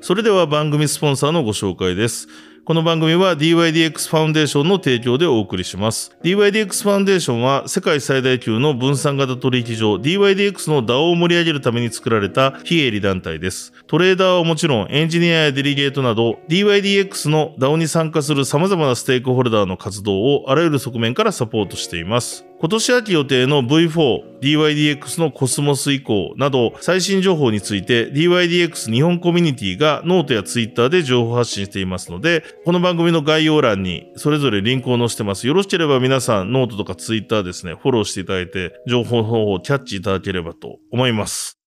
S1: それでは番組スポンサーのご紹介です。この番組は DYDX ファウンデーションの提供でお送りします。DYDX ファウンデーションは世界最大級の分散型取引所 DYDX の DAO を盛り上げるために作られた非営利団体です。トレーダーはもちろんエンジニアやデリゲートなど DYDX の DAO に参加する様々なステークホルダーの活動をあらゆる側面からサポートしています。今年秋予定の V4、DYDX のコスモス以降など最新情報について DYDX 日本コミュニティがノートやツイッターで情報発信していますので、この番組の概要欄にそれぞれリンクを載せてます。よろしければ皆さんノートとかツイッターですね、フォローしていただいて情報の方をキャッチいただければと思います。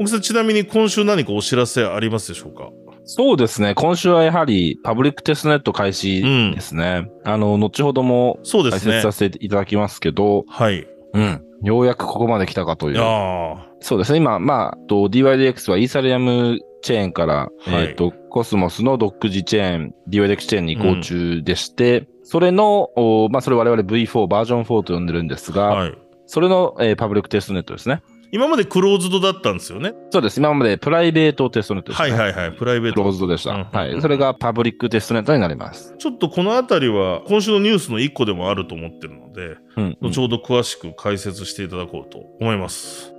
S1: 奥さんちなみに今週何かお知らせありますでしょうか
S2: そうですね。今週はやはりパブリックテストネット開始
S1: うん
S2: で。すね。あの、後ほども
S1: そうで
S2: 解
S1: す
S2: 説
S1: ね
S2: さ。せていただきますけど、
S1: はい。
S2: うん。ようやくここまで来たかという。
S1: あ
S2: そうですね。今、まあ、と DYDX はイーサリアムチェーンから、
S1: はい
S2: えっ、と、コスモスの独自チェーン、DYDX チェーンに移行中でして、それの、おまあ、それ我々 V4 バージョン4と呼んでるんですが、
S1: あ。はい。
S2: それの、えーパブリックテストネットですね。
S1: 今までクローズドだったんですよね。
S2: そうです。今までプライベートテストネットです
S1: は
S2: ね。
S1: いはいはい。プライベー
S2: クロ
S1: ト。
S2: ーズドでした。
S1: うん
S2: はい。それがパブリックテストネットになります。
S1: ちょっとこのあたりは、今週のニュースの一個でもあると思ってるので、
S2: うん、うん
S1: 後ほど詳しく解説していただこうと思います。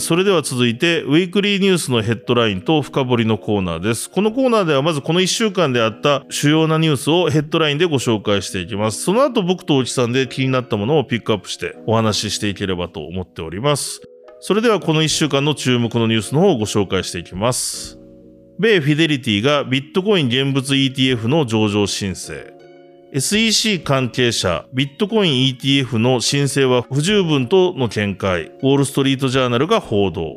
S1: それでは続いて、ウィークリーニュースのヘッドラインと深掘りのコーナーです。このコーナーではまずこの1週間であった主要なニュースをヘッドラインでご紹介していきます。その後僕と大木さんで気になったものをピックアップしてお話ししていければと思っております。それではこの1週間の注目のニュースの方をご紹介していきます。米フィデリティがビットコイン現物 ETF の上場申請。 SEC 関係者、ビットコイン ETF の申請は不十分との見解、ウォールストリートジャーナルが報道。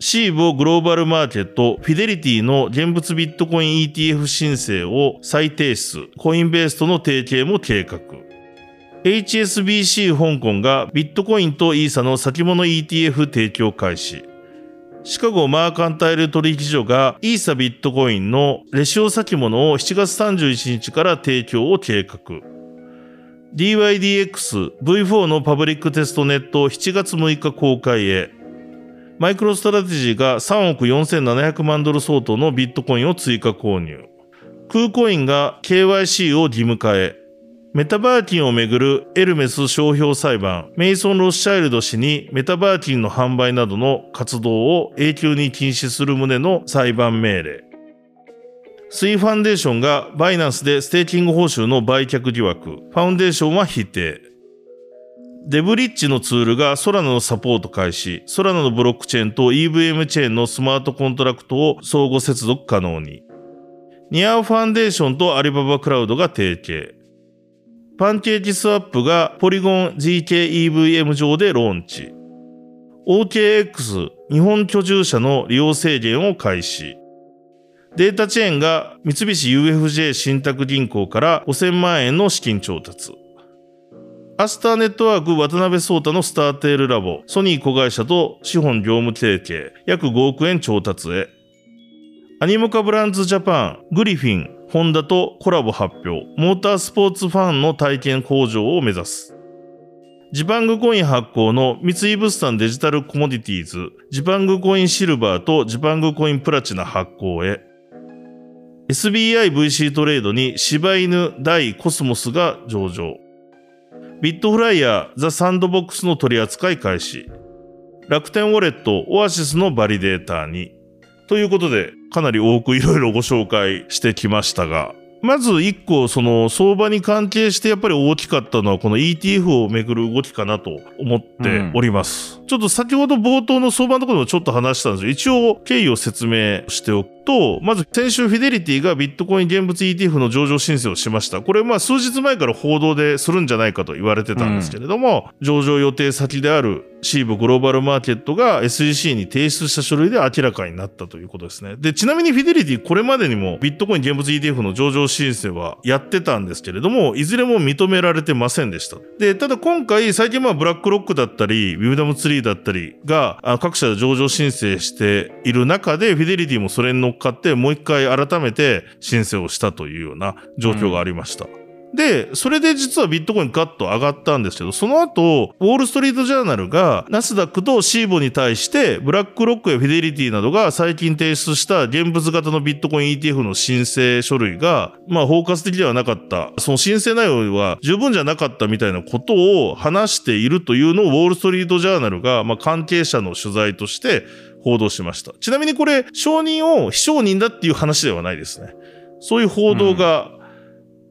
S1: シーボグローバルマーケットフィデリティの現物ビットコイン ETF 申請を再提出、コインベースとの提携も計画。HSBC 香港がビットコインとイーサの先物 ETF 提供開始。シカゴマーカンタイル取引所がイーサビットコインのレシオ先物を7月31日から提供を計画。DYDX V4 のパブリックテストネットを7月6日公開へ。マイクロストラテジーが3億4700万ドル相当のビットコインを追加購入。クーコインが KYC を義務化へ。メタバーキンをめぐるエルメス商標裁判、メイソン・ロスチャイルド氏にメタバーキンの販売などの活動を永久に禁止する旨の裁判命令。スイファンデーションがバイナンスでステーキング報酬の売却疑惑、ファウンデーションは否定。デブリッジのツールがソラナのサポート開始、ソラナのブロックチェーンと EVM チェーンのスマートコントラクトを相互接続可能に。ニアオファンデーションとアリババクラウドが提携。パンケーキスワップがポリゴン GKEVM 上でローンチ。OKX 日本居住者の利用制限を開始。データチェーンが三菱 UFJ 信託銀行から5000万円の資金調達。アスターネットワーク渡辺聡太のスターテールラボ、ソニー子会社と資本業務提携、約5億円調達へ。アニモカブランズジャパン、グリフィン、ホンダとコラボ発表、モータースポーツファンの体験工場を目指す。ジバングコイン発行の三井物産デジタルコモディティーズ、ジバングコインシルバーとジバングコインプラチナ発行へ。SBIVC トレードに柴犬大コスモスが上場。ビットフライヤーザ・サンドボックスの取り扱い開始。楽天ウォレットオアシスのバリデーターに。ということで、かなり多くいろいろご紹介してきましたが、まず一個、その相場に関係してやっぱり大きかったのは、この ETF をめぐる動きかなと思っております。ちょっと先ほど冒頭の相場のところでもちょっと話したんですけど、一応経緯を説明しておくと、まず先週フィデリティがビットコイン現物 ETF の上場申請をしました。これまあ数日前から報道でするんじゃないかと言われてたんですけれども、上場予定先であるシーボグローバルマーケットが SEC に提出した書類で明らかになったということですね。で、ちなみにフィデリティこれまでにもビットコイン現物 ETF の上場申請はやってたんですけれども、いずれも認められてませんでした。で、ただ今回最近まあブラックロックだったり、ウィブダムツリーだったりがあ各社で上場申請している中で、フィデリティもそれに乗っかってもう一回改めて申請をしたというような状況がありました。で、それで実はビットコインガッと上がったんですけど、その後、ウォール・ストリート・ジャーナルが、ナスダックとシーボに対して、ブラックロックやフィデリティなどが最近提出した現物型のビットコイン ETF の申請書類が、まあ、包括的ではなかった。その申請内容は十分じゃなかったみたいなことを話しているというのを、ウォール・ストリート・ジャーナルが、まあ、関係者の取材として報道しました。ちなみにこれ、承認を非承認だっていう話ではないですね。そういう報道が、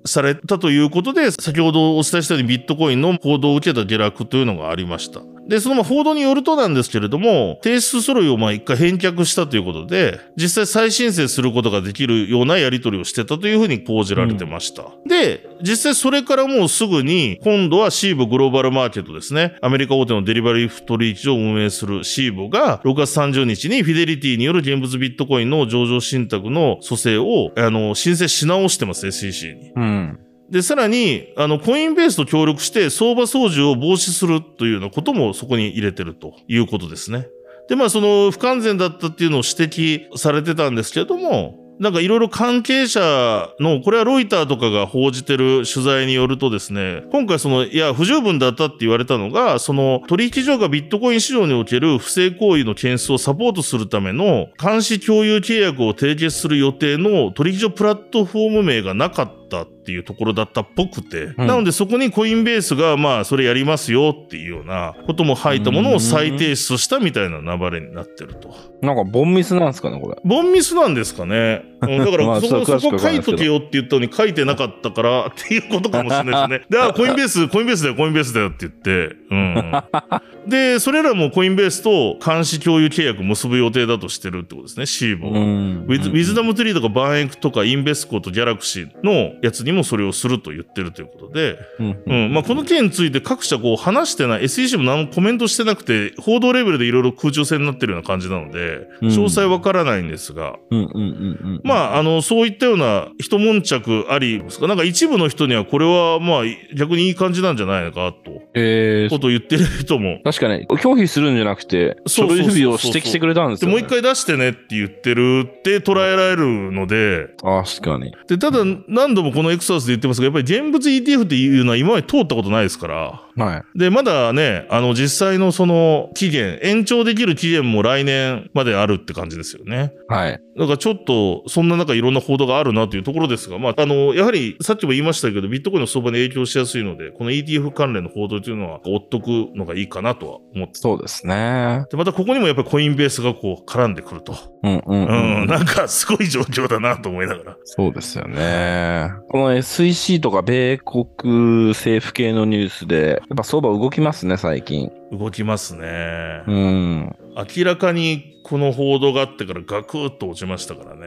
S1: されたということで、先ほどお伝えしたようにビットコインの報道を受けた下落というのがありました。で、そのまあ報道によるとなんですけれども、提出書類をまあ一回返却したということで、実際再申請することができるようなやり取りをしてたというふうに報じられてました。で、実際それからもうすぐに、今度はシーボグローバルマーケットですね、アメリカ大手のデリバリー取引所を運営するシーボが、6月30日にフィデリティによる現物ビットコインの上場信託の蘇生を、あの、申請し直してます、SEC に。
S2: うん。
S1: で、さらに、あの、コインベースと協力して相場操縦を防止するというようなこともそこに入れてるということですね。で、まあ、その不完全だったっていうのを指摘されてたんですけれども、なんかいろいろ関係者の、これはロイターとかが報じてる取材によるとですね、今回その、いや、不十分だったって言われたのが、その取引所がビットコイン市場における不正行為の検出をサポートするための監視共有契約を締結する予定の取引所プラットフォーム名がなかったっていうところだったっぽくて、
S2: うん
S1: なのでそこにコインベースがまあそれやりますよっていうようなことも入ったものを再提出したみたいな流れになってると。
S2: なんか、ボンミスなんですかね、これ。
S1: ボンミスなんですかね。うんだ
S2: [laughs]
S1: か
S2: ま
S1: ら
S2: あ
S1: そこ、
S2: そう詳し
S1: そこ
S2: くわか
S1: 書
S2: んない
S1: い
S2: ですけ
S1: と
S2: ど
S1: けよって言ったのに書いてなかったから [laughs] っていうことかもしれない
S2: [laughs]
S1: ですね。で、あ、コインベース、コインベースだよ、コインベースだよって言って。
S2: [laughs]
S1: うん。で、それらもコインベースと監視共有契約結ぶ予定だとしてるってことですね、シーボは。
S2: ん
S1: ウィズウィズダムツリーとかバーンエクとかインベスコとギャラクシーのやつにもそれをすると言ってるということで、
S2: うん
S1: う。んまあ、この件について各社こう話してない SEC も何もコメントしてなくて報道レベルでいろいろ空中戦になってるような感じなので
S2: うん
S1: 詳細わからないんですが、
S2: うんうんうんうん。
S1: まあ、あの、そういったような一悶着ありですか、なんか一部の人にはこれは、まあ、逆にいい感じなんじゃないのか、と、
S2: えー
S1: ことを言ってる人も。
S2: 確かね、拒否するんじゃなくて、
S1: そ
S2: 書
S1: うそうそう
S2: 類不備を指摘してくれたんです
S1: で、
S2: よ、
S1: も
S2: ね。
S1: う一回出してねって言ってるって捉えられるので、
S2: 回。確かに。
S1: で、ただ何度もこのエクサスで言ってますが、やっぱり現物 ETF っていうのは今まで通ったことないですから、
S2: はい。
S1: で、まだね、あの、実際のその期限、延長できる期限も来年まであるって感じですよね。
S2: はい。
S1: なんかちょっと、そんな中いろんな報道があるなというところですが、まあ、あの、やはりさっきも言いましたけど、ビットコインの相場に影響しやすいので、この ETF 関連の報道というのは追っとくのがいいかなとは思って。
S2: そうですね。
S1: で、またここにもやっぱりコインベースがこう絡んでくると。
S2: うんうん、
S1: う
S2: うん
S1: ん、なんかすごい状況だなと思いながら。
S2: そうですよね。この SEC とか米国政府系のニュースで、やっぱ相場動きますね、最近。
S1: 動きますね。
S2: うん。
S1: 明らかにこの報道があってからガクッと落ちましたからね。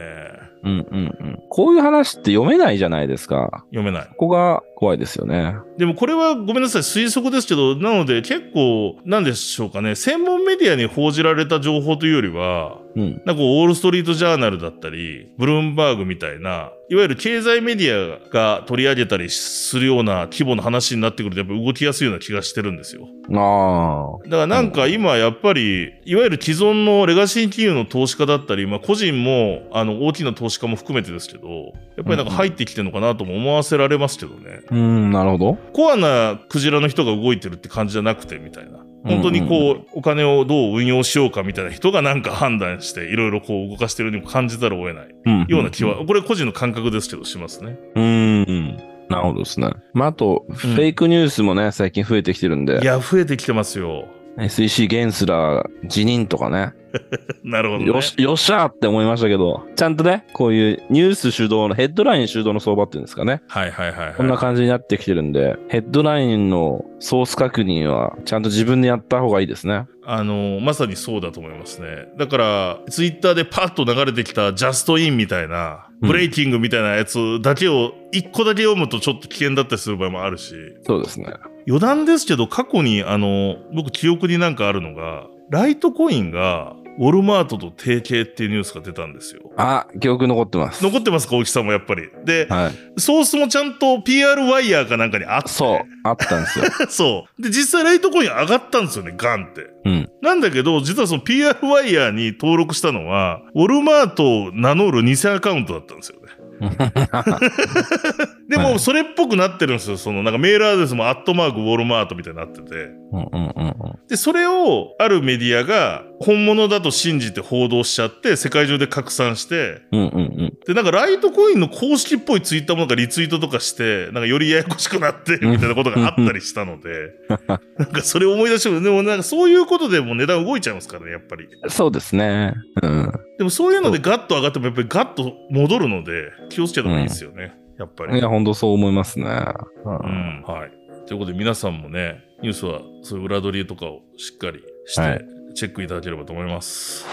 S2: うんうんうん。こういう話って読めないじゃないですか。
S1: 読めない。
S2: ここが怖いですよね。
S1: でもこれはごめんなさい、推測ですけど、なので結構、なんでしょうかね、専門メディアに報じられた情報というよりは、
S2: うん。
S1: なんかこうウォール・ストリート・ジャーナルだったり、ブルームバーグみたいな、いわゆる経済メディアが取り上げたりするような規模の話になってくると、やっぱ動きやすいような気がしてるんですよ。
S2: ああ。
S1: だからなんか今やっぱり、いわゆる既存のレガシー企業の投資家だったり、まあ個人も、あの、大きな投資家も含めてですけど、やっぱりなんか入ってきてるのかなとも思わせられますけどね。
S2: うん、なるほど。
S1: コアなクジラの人が動いてるって感じじゃなくてみたいな。本当にこう、お金をどう運用しようかみたいな人がなんか判断していろいろこう動かしてるようにも感じざるを得ない
S2: うん。
S1: ような気は、これ個人の感覚ですけどしますね。
S2: うん。うん。なるほどですね。まあ、あと、フェイクニュースもね、最近増えてきてるん
S1: い
S2: で、
S1: や、増えてきてますよ。
S2: SEC ゲンスラー辞任とかね、
S1: なるほど、ね。
S2: よし、よっしゃーって思いましたけど、ちゃんとね、こういうニュース主導の、ヘッドライン主導の相場っていうんですかね、
S1: はいはいはい、はい。
S2: こんな感じになってきてるんで、ヘッドラインのソース確認は、ちゃんと自分でやった方がいいですね。
S1: あの、まさにそうだと思いますね。だから、ツイッターでパッと流れてきたジャストインみたいな、
S2: うん
S1: ブレイキングみたいなやつだけを、一個だけ読むとちょっと危険だったりする場合もあるし。
S2: そうですね。
S1: 余談ですけど、過去に、あの、僕記憶になんかあるのが、ライトコインが、ウォルマートと提携っていうニュースが出たんですよ。
S2: あ、記憶残ってます。
S1: 残ってますか、大木さんもやっぱり。で、
S2: はい。
S1: ソースもちゃんと PR ワイヤーかなんかにあって。
S2: そう、あったんで
S1: [laughs]
S2: すよ。
S1: そう。で、実際ライトコイン上がったんですよね、ガンって。
S2: うん。
S1: なんだけど、実はその PR ワイヤーに登録したのは、ウォルマートを名乗る偽アカウントだったんですよね。
S2: [laughs]
S1: で
S2: は
S1: も、
S2: い
S1: それっぽくなってるんですよ。その、なんかメールアドレスもアットマークウォルマートみたいになってて。
S2: うんうんうんうん。
S1: で、それをあるメディアが本物だと信じて報道しちゃって、世界中で拡散して、
S2: うんうんうん。
S1: で、なんかライトコインの公式っぽいツイッターもなんかリツイートとかして、なんかよりややこしくなって、
S2: うん
S1: みたいなことがあったりしたので、なんかそれを思い出しても、でもなんかそういうことでもう値段動いちゃいますからね、やっぱり。
S2: そうですね。うん。
S1: でもそういうのでガッと上がってもやっぱりガッと戻るので、気をつけた方がいいですよね、やっぱり。
S2: いや、本当そう思いますね。う
S1: うんん、はい。ということで皆さんもね、ニュースはそういう裏取りとかをしっかりして、
S2: はい
S1: チェックいただければと思います。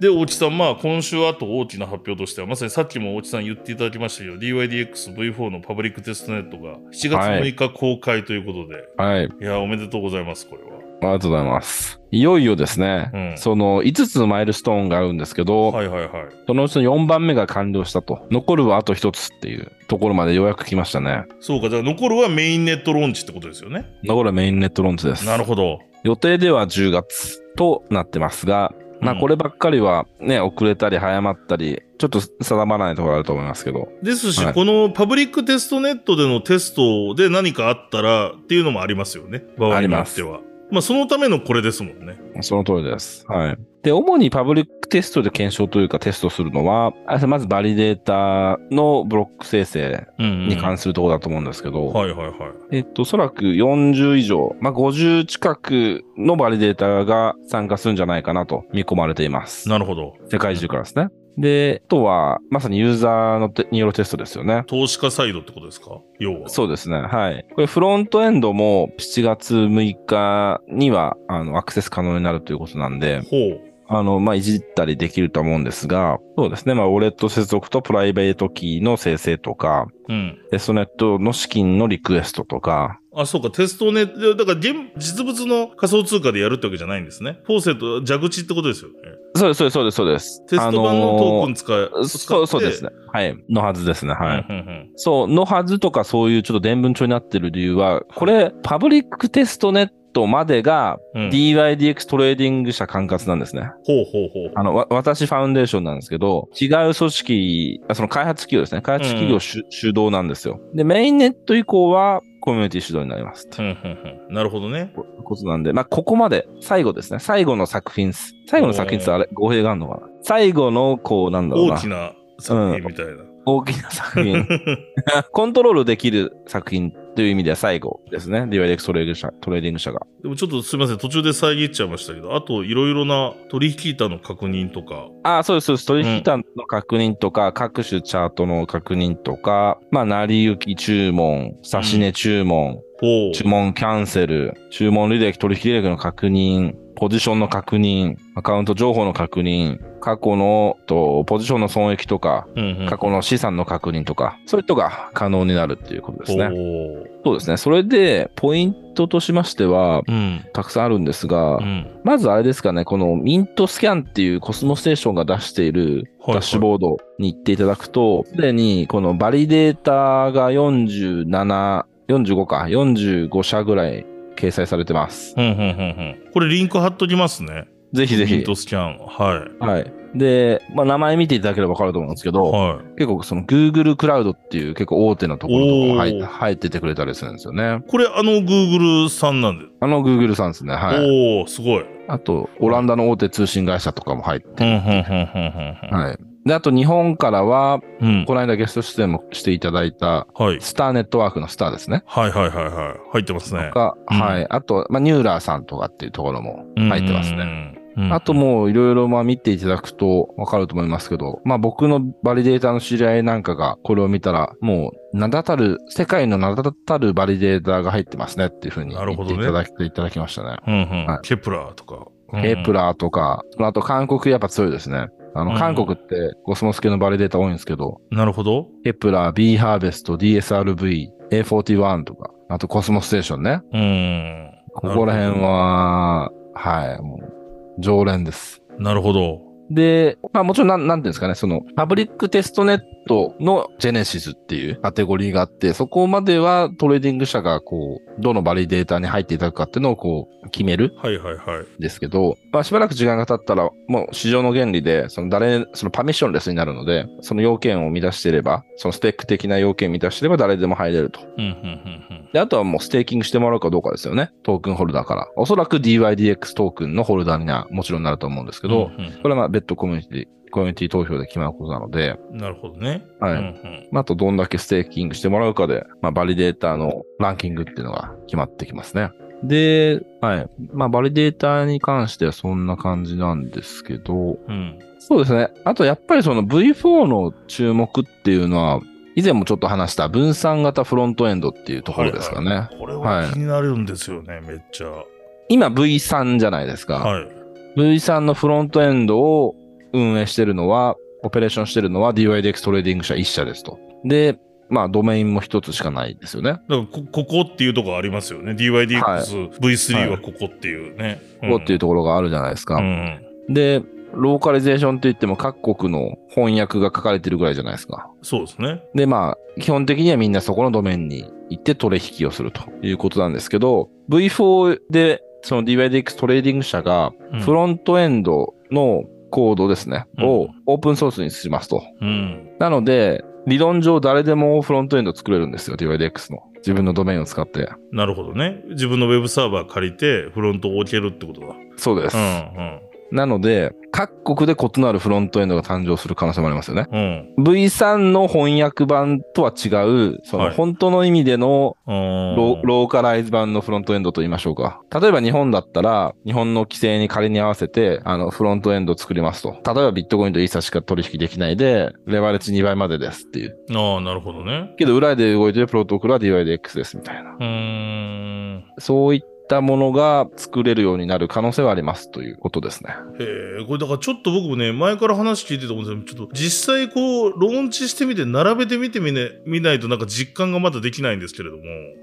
S1: で、大木さん、まあ、今週あと大きな発表としては、まさにさっきも大木さん言っていただきましたけど、DYDXV4 のパブリックテストネットが7月6日公開ということで、
S2: はい。
S1: い、や、おめでとうございます、これは。
S2: ありがとうございます。いよいよですね、
S1: うん
S2: その5つのマイルストーンがあるんですけど、
S1: はいはいはい。
S2: そのうちの4番目が完了したと、残るはあと1つっていうところまでようやく来ましたね。
S1: そうか、じゃあ残るはメインネットローンチってことですよね。
S2: 残るはメインネットローンチです。
S1: なるほど。
S2: 予定では10月となってますが、まあ
S1: うん
S2: こればっかりはね、遅れたり早まったり、ちょっと定まらないところあると思いますけど、
S1: ですし、
S2: はい
S1: このパブリックテストネットでのテストで何かあったらっていうのもありますよね。場合によっては。まあ、そのためのこれですもんね。
S2: その通りです。はい。で、主にパブリックテストで検証というかテストするのは、あまずバリデータのブロック生成
S1: うん、うん。
S2: に関するところだと思うんですけど、
S1: はいはいはい。
S2: えっと、おそらく40以上、まあ、50近くのバリデータが参加するんじゃないかなと見込まれています。
S1: なるほど。
S2: 世界中からですね。で、あとは、まさにユーザーのてによるテストですよね。
S1: 投資家サイドってことですか要は。
S2: そうですね。はい。これフロントエンドも7月6日には、あの、アクセス可能になるということなんで、
S1: ほう。
S2: あの、まあ、いじったりできると思うんですが、そうですね。まあ、ウォレット接続とプライベートキーの生成とか、
S1: うん。
S2: テストネットの資金のリクエストとか、
S1: あ、そうか、テストね。でだから現、実物の仮想通貨でやるってわけじゃないんですね。フォーセット、蛇口ってことですよね。
S2: そうです、そうです、そうです、そうです。
S1: テスト版のトークン使え、
S2: あのーそう、そうです
S1: ね。
S2: ね。はい。のはずですね。
S1: うん
S2: はい。
S1: うんうん
S2: そう、のはずとかそういうちょっと伝聞帳になってる理由は、これ、パブリックテストネットまでが
S1: うん
S2: DYDX トレーディング社管轄なんですね。
S1: ほうほうほう。
S2: あの、わ私ファウンデーションなんですけど、違う組織、あその開発企業ですね。開発企業主,、主導なんですよ。で、メインネット以降はコミュニティ主導になります。
S1: うんうんうんなるほどね。
S2: こことなんで、まあ、ここまで、最後ですね。最後の作品っす、最後の作品っすあれ、語弊があるのかな最後の、こう、なんだろうな。
S1: 大きな作品みたいな。
S2: 大きな
S1: [laughs]
S2: 作品。コントロールできる作品という意味では最後ですね。DYDX トレーディング社トレーディング社が。
S1: でもちょっとすみません、途中で遮っちゃいましたけど、あといろいろな取引板の確認とか、
S2: ああ、そうです、そうです。取引端の確認とか、各種チャートの確認とか、まあ、成り行き注文、差し値注文、
S1: おう
S2: 注文キャンセル、注文履歴、取引履歴の確認、ポジションの確認、アカウント情報の確認、過去のとポジションの損益とか、
S1: うんうん
S2: 過去の資産の確認とか、そういうことが可能になるっていうことですね。
S1: おう
S2: そうですね。それで、ポイントとしましては、
S1: うん。
S2: たくさんあるんですが、
S1: うん。
S2: まずあれですかね、このミントスキャンっていうコスモステーションが出している
S1: はいはい
S2: ダッシュボードに行っていただくと、すでにこのバリデータが47、45か、45社ぐらい掲載されてます。
S1: うんうんうんうん。これリンク貼っときますね。
S2: ぜひぜ
S1: ミン
S2: ひ。
S1: トスキャン。はい。
S2: はい。で、まあ、名前見ていただければわかると思うんですけど、
S1: は
S2: 結構その Google クラウドっていう結構大手のところとかも入
S1: おー
S2: 入っててくれたりするんですよね
S1: い。。これあの Google さんなんで。
S2: あの Google さんですね。はい。
S1: おおすごい。
S2: あと、オランダの大手通信会社とかも入っ
S1: うんうん
S2: て。
S1: うんうん
S2: はい。で、あと日本からは、
S1: うんうん。
S2: この間ゲスト出演もしていただいた、
S1: はい。
S2: スターネットワークのスターですね。
S1: はいはいはいはい。入ってますね。
S2: が、
S1: うん
S2: はい。あと、まあ、ニューラーさんとかっていうところも入ってますね。
S1: ね。うん
S2: あと、もういろいろまあ見ていただくとわかると思いますけど、まあ僕のバリデータの知り合いなんかがこれを見たら、もう名だたる、世界の名だたるバリデータが入ってますねっていうふうに
S1: な
S2: 言
S1: るほ
S2: っ
S1: ど
S2: てい
S1: ね
S2: ただき,、いただきましたね。
S1: うんうん
S2: はい
S1: ケプラーとか。
S2: ケープ
S1: ラ
S2: ラーとか、あと韓国やっぱ強いですね。あ
S1: うん
S2: の、韓国ってコスモス系のバリデータ多いんですけど、
S1: ー。なるほど。
S2: ケプラー、B ハーベスト、DSRV、A41 とか、あとコスモステーションね。
S1: うん。
S2: ここら辺は、はい、もう、常連です。
S1: なるほど。
S2: で、まあもちろんなん、なんていうんですかね、その、パブリックテストネットのジェネシスっていうカテゴリーがあって、そこまではトレーディング社がこう、どのバリデータに入っていただくかっていうのをこう、決める
S1: はいはいはい。
S2: んですけど、まあしばらく時間が経ったら、もう市場の原理で、その誰、そのパミッションレスになるので、その要件を満たしていれば、そのスペック的な要件を満たしていれば誰でも入れると。
S1: うんうんうんうん。
S2: で、あとはもうステーキングしてもらうかどうかですよね。トークンホルダーから。おそらく DYDX トークンのホルダーにはもちろんなると思うんですけど、
S1: うんうん
S2: これはまあ別途コミュニティ、コミュニティ投票で決まることなので、
S1: なるほどね。
S2: はい
S1: うんうん
S2: まああとどんだけステーキングしてもらうかで、まあバリデーターのランキングっていうのが決まってきますね。で、はい。まあバリデーターに関してはそんな感じなんですけど、
S1: うん。
S2: そうですね。あとやっぱりその V4 の注目っていうのは、以前もちょっと話した分散型フロントエンドっていうところですかね。
S1: はいはいこれは気になるんですよね、めっちゃ。
S2: 今 V3 じゃないですか。
S1: はい。
S2: V3 のフロントエンドを運営してるのは、オペレーションしてるのは DYDX トレーディング社1社ですと。で、まあドメインも1つしかないですよね。
S1: だからこ、ここっていうとこありますよね。
S2: はい
S1: DYDX、
S2: は
S1: V3
S2: い
S1: はここっていうね。
S2: こうっていうところがあるじゃないですか。
S1: うん
S2: で、ローカリゼーションって言っても各国の翻訳が書かれてるぐらいじゃないですか。
S1: そうですね。
S2: で、まあ、基本的にはみんなそこのドメインに行って取引をするということなんですけど、V4 で、その DYDX トレーディング社が、
S1: うん
S2: フロントエンドのコードですね、
S1: うん
S2: をオープンソースにしますと。
S1: うん。
S2: なので、理論上誰でもフロントエンド作れるんですよ、DYDX の。自分のドメインを使って。
S1: なるほどね。自分のウェブサーバー借りて、フロントを置けるってことだ。う
S2: そうです。
S1: ん
S2: なので、各国で異なるフロントエンドが誕生する可能性もありますよね。
S1: うん。うん。
S2: V3 の翻訳版とは違う、そ
S1: は
S2: の
S1: い
S2: 本当の意味でのロ,、
S1: ロ
S2: ローカライズ版のフロントエンドと言いましょうか。例えば日本だったら、日本の規制に仮に合わせて、あの、フロントエンドを作りますと。例えばビットコインとイーサしか取引できないで、レバレッジ2倍までですっていう。
S1: ああ、なるほどね。
S2: けど裏で動いてるプロトコルは DYDX ですみたいな。
S1: うーん。
S2: そういっったものが作れるようになる可能性はありますということですね。
S1: へえ、これだからちょっと僕もね、前から話聞いてたと思うんですけど、ちょっと実際こう、ローンチしてみて、並べてみてみね、見ないとなんか実感がまだできないんですけれども、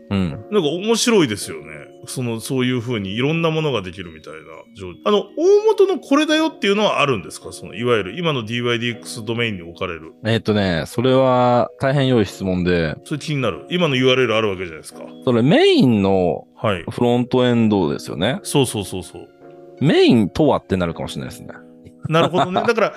S2: うん。
S1: なんか面白いですよね。その、そういう風にいろんなものができるみたいな状あの、大元のこれだよっていうのはあるんですかその、いわゆる今の DYDX ドメインに置かれる。
S2: えっ、とね、それは大変良い質問で、
S1: それ気になる。今の URL あるわけじゃないですか。
S2: それメインの
S1: はい。
S2: フロントエンドですよね。
S1: そうそうそうそう。
S2: メインとはってなるかもしれないですね。 [laughs]
S1: なるほどね。だか
S2: は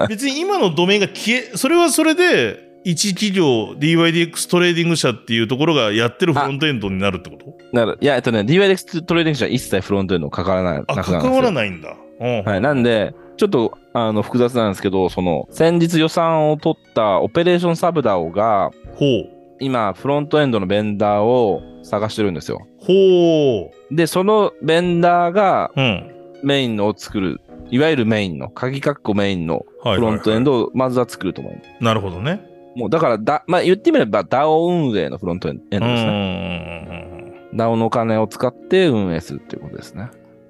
S1: ら、別に今のドメインが消え、それはそれで、一企業 DYDX トレーディング社っていうところがやってるフロントエンドになるってこと
S2: なるいや、えっとね、DYDX トレーディング社は一切フロントエンドかからない。
S1: あ、
S2: なくなるんです
S1: 関
S2: よ
S1: わらないんだ。うん。
S2: はい。なんで、ちょっと、あの、複雑なんですけど、その、先日予算を取ったオペレーションサブダオが、
S1: ほう。
S2: 今、フロントエンドのベンダーを探してるんですよ。
S1: ほ
S2: で、そのベンダーが
S1: う。うん。
S2: メインのを作る、いわゆるメインの、鍵括弧メインの
S1: はいはいはい
S2: フロントエンドをまずは作ると思います。
S1: なるほどね。
S2: もうだからだ、まあ、言ってみれば DAO 運営のフロントエンド
S1: う
S2: です
S1: ん
S2: ね。
S1: うんうんうんうん
S2: DAO のお金を使って運営するっていうことですね。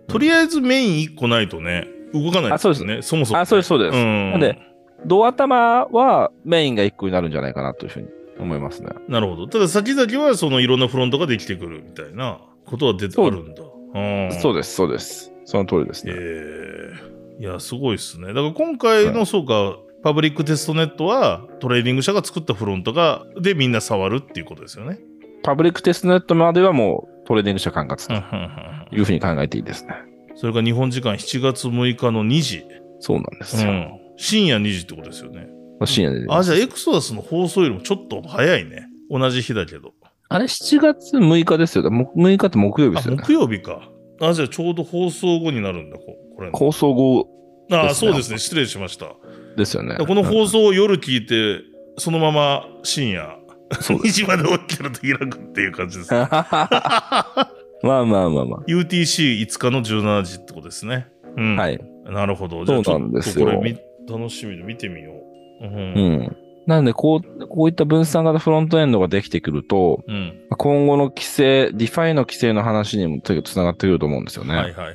S1: とりあえずメイン1個ないとね、動かない
S2: あそうです
S1: ね。そもそも。
S2: あ、そうです、そうです。
S1: うん
S2: なんで、ドア頭はメインが1個になるんじゃないかなというふうに思いますね。
S1: なるほど。ただ先々はそのいろんなフロントができてくるみたいなことは出て
S2: そう
S1: あるんだ。うん
S2: そうです、そうです。その通りですね。
S1: ええいや、すごいですね。だから今回
S2: は
S1: の、そうか、パブリックテストネットは、トレーディング社が作ったフロントが、で、みんな触るっていうことですよね。
S2: パブリックテストネットまではもうトレーディング社管轄
S1: うんうん
S2: と
S1: うん
S2: いうふうに考えていいですね。
S1: うんそれが日本時間7月6日の2時。
S2: そうなんで
S1: う
S2: すよ。
S1: ん。深夜2時ってことですよね。
S2: 深夜で。
S1: あ、じゃあエクソダスの放送よりもちょっと早いね。同じ日だけど。
S2: あれ、7月6日ですよ。も6日って木曜
S1: あ、
S2: 日ですよね。
S1: 木曜日か。あ、じゃあちょうど放送後になるんだ、ここれ、
S2: 放送後
S1: あ、
S2: ですね
S1: そうですね。失礼しました。
S2: ですよね。
S1: この
S2: [laughs] うん
S1: 放送を夜聞いて、そのまま深夜
S2: そう
S1: [laughs] 2時まで起きてると開くっていう感じです。
S2: まあまあまあま
S1: UTC5 日の17時ってことですね。うん。
S2: あ。はい。
S1: なるほど。
S2: そう
S1: じゃあ
S2: なんです
S1: ちょっ
S2: よ
S1: とこれみ楽しみで見てみよう。う。
S2: うんん。なんで、こう、こういった分散型フロントエンドができてくると、
S1: うん。
S2: 今後の規制、ディファイの規制の話にもとにかくつながってくると思うんですよね。
S1: はいはいはい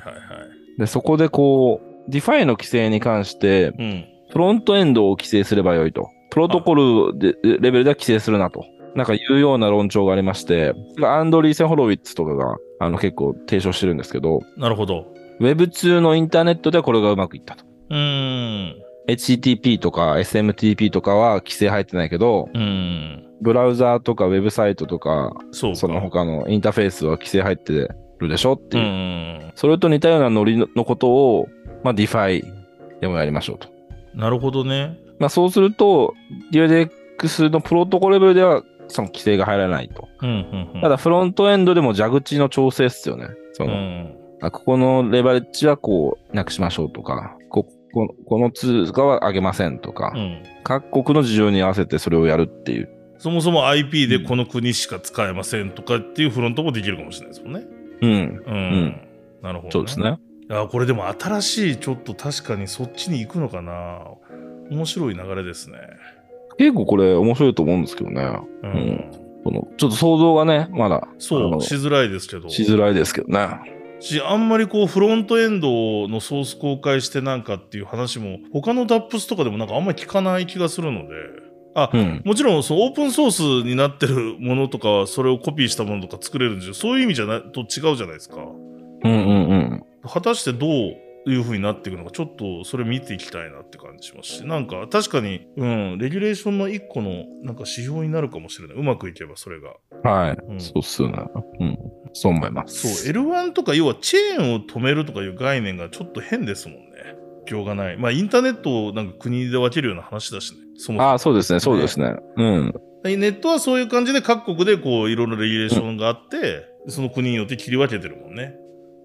S1: はい。
S2: で、そこでこう、ディファイの規制に関して、
S1: うん。
S2: フロントエンドを規制すればよいと。プロトコルで、レベルでは規制するなと。なんかいうような論調がありまして、アンドリーセン・ホロウィッツとかが、あの結構提唱してるんですけど、
S1: なるほど。
S2: Web2 のインターネットではこれがうまくいったと。
S1: うーん。
S2: HTTP とか SMTP とかは規制入ってないけど、
S1: うん。
S2: ブラウザーとかウェブサイトとか、
S1: そうか。
S2: その他のインターフェースは規制入ってるでしょって
S1: う
S2: いう。
S1: ん。
S2: それと似たようなノリののことを、まあ、ディファイでもやりましょうと。
S1: なるほどね。
S2: まあ、そうすると、DLX のプロトコルレベルではその規制が入らないと。
S1: うんうんうん。
S2: ただ、フロントエンドでも蛇口の調整っすよね。そうの
S1: ん。
S2: あここのレバレッジはこうなくしましょうとか、ここのこの通貨は上げませんとか、
S1: うん。
S2: 各国の事情に合わせてそれをやるっていう。
S1: そもそも IP でこの国しか使えませんとかっていうフロントもできるかもしれないですもんね。
S2: うん、
S1: うん。
S2: ん
S1: なるほど、
S2: そうですね。
S1: あこれでも新しいちょっと確かにそっちに行くのかな面白い流れですね
S2: 結構これ面白いと思うんですけどね。
S1: うん、
S2: うんこのちょっと想像がね、まだあ
S1: そう
S2: の
S1: しづらいですけど
S2: しづらいですけどね。
S1: しあんまりこうフロントエンドのソース公開してなんかっていう話も他の DAPS とかでもなんかあんまり聞かない気がするのであ、
S2: うん。
S1: もちろんそのオープンソースになってるものとかはそれをコピーしたものとか作れるんですよそういう意味じゃないと違うじゃないですか
S2: うんうんうん。
S1: 果たしてどういう風になっていくのか、ちょっとそれ見ていきたいなって感じしますし、なんか確かに、うん、レギュレーションの一個のなんか指標になるかもしれない。うまくいけばそれが。
S2: はい。
S1: うん
S2: そうっすよね。うん。そう思います。
S1: そう、L1 とか要はチェーンを止めるとかいう概念がちょっと変ですもんね。行がない。まあインターネットをなんか国で分けるような話だしね。そもそも
S2: ああ、そうですね、そうですね。うん。
S1: ネットはそういう感じで各国でこういろんなレギュレーションがあって、その国によって切り分けてるもんね。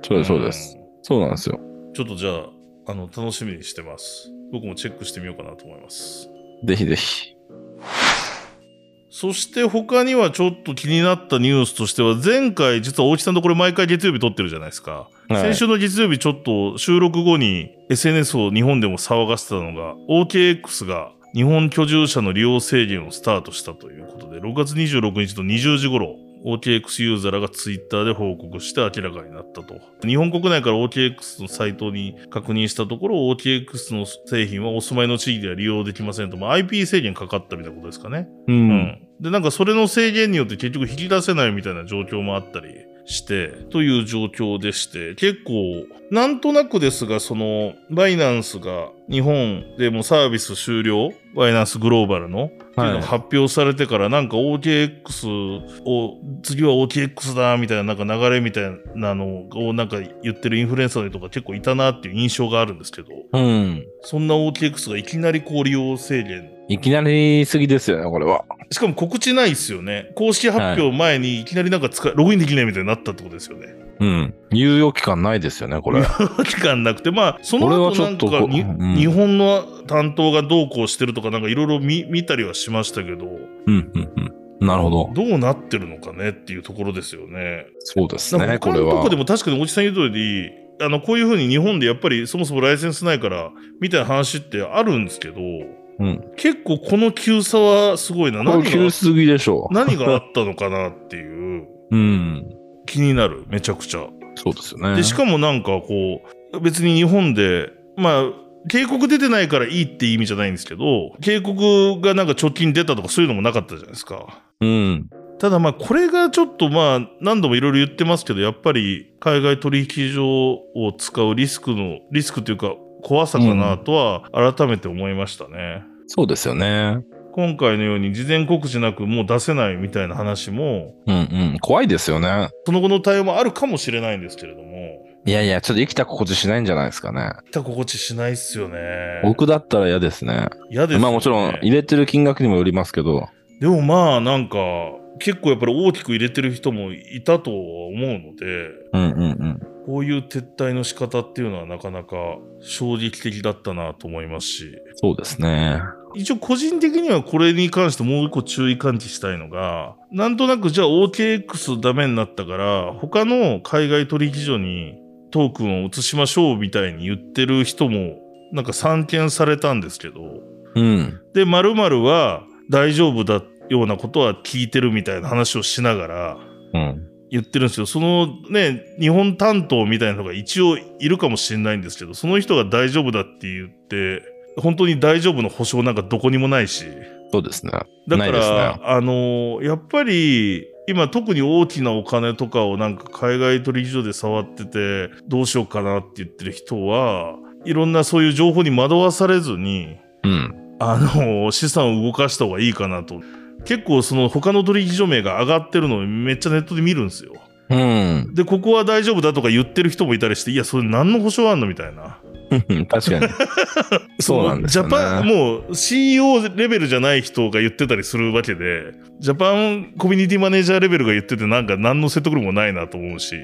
S2: そうです、そうです。
S1: ん。
S2: そうなんですよ。
S1: ちょっとじゃあ、あの、楽しみにしてます。僕もチェックしてみようかなと思います。
S2: ぜひぜひ。
S1: そして他にはちょっと気になったニュースとしては、前回実は大木さんとこれ毎回月曜日撮ってるじゃないですか。
S2: はい
S1: 先週の月曜日ちょっと収録後に SNS を日本でも騒がせたのが、OKX が日本居住者の利用制限をスタートしたということで、6月26日の20時頃 OKX ユーザーがツイッターで報告して明らかになったと。日本国内から OKX のサイトに確認したところ、OKX の製品はお住まいの地域では利用できませんと。まあ、IP 制限かかったみたいなことですかね。
S2: う。
S1: うんん。で、なんかそれの制限によって結局引き出せないみたいな状況もあったりして、という状況でして、結構、なんとなくですが、その、バイナンスが日本でもサービス終了、バイナンスグローバルの、っていうの
S2: は
S1: が
S2: い
S1: 発表されてから、なんか OKX を、次は OKX だ、みたいな、なんか流れみたいなのをなんか言ってるインフルエンサーとか結構いたなっていう印象があるんですけど、
S2: うん。
S1: そんな OKX がいきなりこう利用制限
S2: いきなりすぎですよね、これは。
S1: しかも告知ないですよね。公式発表前にいきなりなんか使い、ログインできないみたいになったってことですよね。
S2: うん。猶予期間ないですよね、これ。
S1: 期間なくて、まあ、その
S2: これ
S1: 後
S2: はち
S1: な
S2: ょ
S1: ん
S2: っ
S1: か
S2: と
S1: に、
S2: こうん
S1: 日本の担当がどうこうしてるとか、なんかいろいろ見見たりはしましたけど、
S2: うん、うん、うん。なるほど。
S1: どうなってるのかねっていうところですよね。
S2: そうです
S1: なん
S2: ね、
S1: か
S2: こ
S1: 他
S2: れ
S1: のと
S2: は
S1: こで。も確かにおじさん言う通り、あの、こういうふうに日本でやっぱりそもそもライセンスないから、みたいな話ってあるんですけど、
S2: うん。
S1: 結構この急さはすごいな。
S2: こ
S1: 何
S2: れ急
S1: が、
S2: すぎでしょ
S1: 何があったのかなっていう、
S2: う。うん。
S1: 気になる、めちゃくちゃ。
S2: そうですよね。
S1: でしかもなんかこう別に日本でまあ警告出てないからいいって意味じゃないんですけど警告がなんか貯金出たとかそういうのもなかったじゃないですか。
S2: うん。
S1: ただまあこれがちょっとまあ何度もいろいろ言ってますけどやっぱり海外取引所を使うリスクのリスクというか怖さかなとは改めて思いましたね。
S2: そうですよね。
S1: 今回のように事前告知なくもう出せないみたいな話も
S2: うんうん。怖いですよね。
S1: その後の対応もあるかもしれないんですけれども
S2: いやいや、ちょっと生きた心地しないんじゃないですかね。
S1: 来た心地しないっすよね。
S2: 僕だったら嫌ですね。
S1: 嫌ですよね
S2: まあもちろん入れてる金額にもよりますけど。
S1: でもまあなんか結構やっぱり大きく入れてる人もいたとは思うので
S2: うんうんうん。
S1: こういう撤退の仕方っていうのはなかなか衝撃的だったなと思いますし
S2: そうですね。
S1: 一応個人的にはこれに関してもう一個注意喚起したいのがなんとなくじゃあ OKX ダメになったから他の海外取引所にトークンを移しましょうみたいに言ってる人もなんか散見されたんですけど
S2: うん。
S1: で、〇〇は大丈夫だようなことは聞いてるみたいな話をしながら
S2: うん。
S1: 言ってるんですよ。そのね、日本担当みたいなのが一応いるかもしれないんですけど、その人が大丈夫だって言って、本当に大丈夫の保証なんかどこにもないし。
S2: そうですね。
S1: だか
S2: ないです
S1: ら、
S2: ね
S1: あの、やっぱり、今特に大きなお金とかをなんか海外取引所で触ってて、どうしようかなって言ってる人は、いろんなそういう情報に惑わされずに、
S2: うん。
S1: あの、資産を動かした方がいいかなと。結構その他の取引所名が上がってるのをめっちゃネットで見るんですよ。
S2: うん。
S1: で、ここは大丈夫だとか言ってる人もいたりして、いや、それ何の保証あんのみたいな。
S2: 確かに。 [laughs] そうなんですよね
S1: ジャパン、もう CEO レベルじゃない人が言ってたりするわけで、ジャパンコミュニティマネージャーレベルが言っててなんか何の説得力もないなと思うし。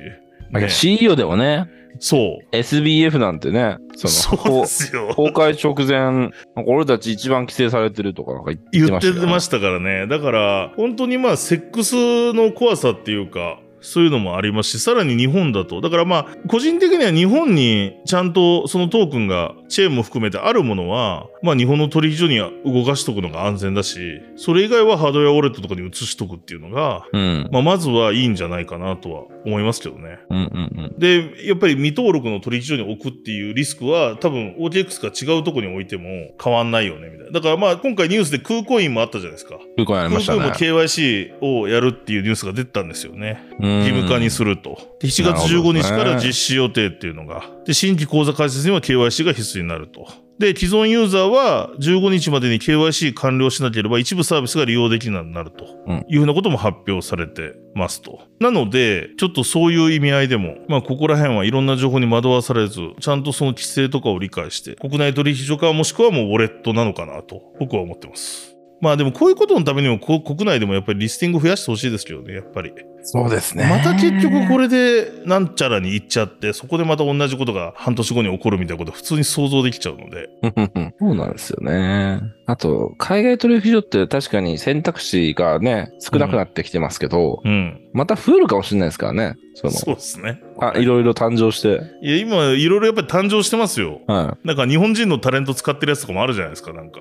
S2: なん
S1: ね
S2: か CEO でもね、
S1: そ
S2: SBF なんてね、
S1: う。
S2: その、
S1: そうで
S2: こ
S1: すよ。
S2: う崩壊直前、なんか俺たち一番規制されてるとかなんか言っ
S1: 言
S2: て
S1: っ
S2: ました
S1: て
S2: よね
S1: ましたからね。だから、本当にまあ、セックスの怖さっていうか、そういうのもありますし、さらに日本だと。だからまあ、個人的には日本にちゃんとそのトークンが、チェーンも含めてあるものは、まあ日本の取引所には動かしとくのが安全だし、それ以外はハードウェアウォレットとかに移しとくっていうのが、
S2: うん。
S1: まあまずはいいんじゃないかなとは思いますけどね。
S2: うんうん
S1: で、やっぱり未登録の取引所に置くっていうリスクは多分 OTX が違うとこに置いても変わんないよね、みたいな。だからまあ今回ニュースで空港員もあったじゃないですか。
S2: うん。空港やりま
S1: 空
S2: した
S1: 港
S2: ね
S1: 員も。KYC をやるっていうニュースが出てたんですよね。義
S2: 義
S1: 務化にすると。で7月15日から実施予定っていうのが。で、新規口座開設には KYC が必須になると。で、既存ユーザーは15日までに KYC 完了しなければ一部サービスが利用できなくなると
S2: うん
S1: いうふうなことも発表されてますと。なので、ちょっとそういう意味合いでも、まあ、ここら辺はいろんな情報に惑わされず、ちゃんとその規制とかを理解して、国内取引所かもしくはもうウォレットなのかなと、僕は思ってます。まあでもこういうことのためにもこう国内でもやっぱりリスティング増やしてほしいですけどね、やっぱり。
S2: そうですね。
S1: また結局これでなんちゃらに行っちゃって、そこでまた同じことが半年後に起こるみたいなこと普通に想像できちゃうので。
S2: [laughs] そうなんですよね。あと、海外取引所って確かに選択肢がね、少なくなってきてますけど、
S1: うん。
S2: また増えるかもしれないですからね。その、
S1: そうですね。
S2: あいろいろ誕生して。
S1: いや、今いろいろやっぱり誕生してますよ。
S2: はい。
S1: なんか日本人のタレント使ってるやつとかもあるじゃないですか、
S2: [laughs]
S1: なんか。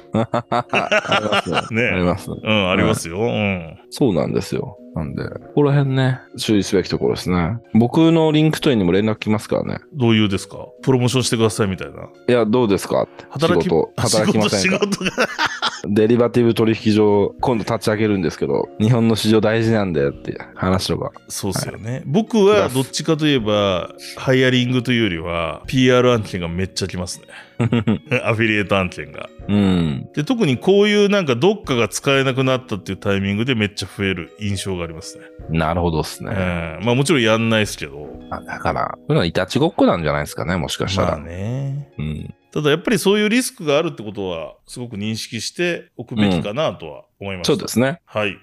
S2: ありますね。
S1: ね [laughs]
S2: ありますね。
S1: うん、ありますよ。うん。
S2: そうなんですよ。なんで、ここら辺ね、注意すべきところですね。僕のリンクトインにも連絡来ますからね。
S1: どういうですかプロモーションしてくださいみたいな。
S2: いや、どうですかって。
S1: 働き
S2: 仕事、働きませ
S1: 仕
S2: んか
S1: 事仕事
S2: [laughs]
S1: が。
S2: デリバティブ取引所、今度立ち上げるんですけど、日本の市場大事なんだよって話とか。 [laughs]
S1: そうですよね、僕はどっちかといえば、ハイアリングというよりは、PR 案件がめっちゃ来ますね。 [laughs] アフィリエイト案件が。
S2: うん。
S1: で、特にこういうなんかどっかが使えなくなったっていうタイミングでめっちゃ増える印象がありますね。
S2: なるほどっす
S1: う
S2: ね。
S1: ん。まあもちろんやんないですけど。
S2: あだから、こういうのはいたちごっこなんじゃないですかね、もしかしたら。
S1: まあね。
S2: うん。
S1: ただやっぱりそういうリスクがあるってことは、すごく認識しておくべきかなとは思いました。
S2: そうですね。
S1: はい。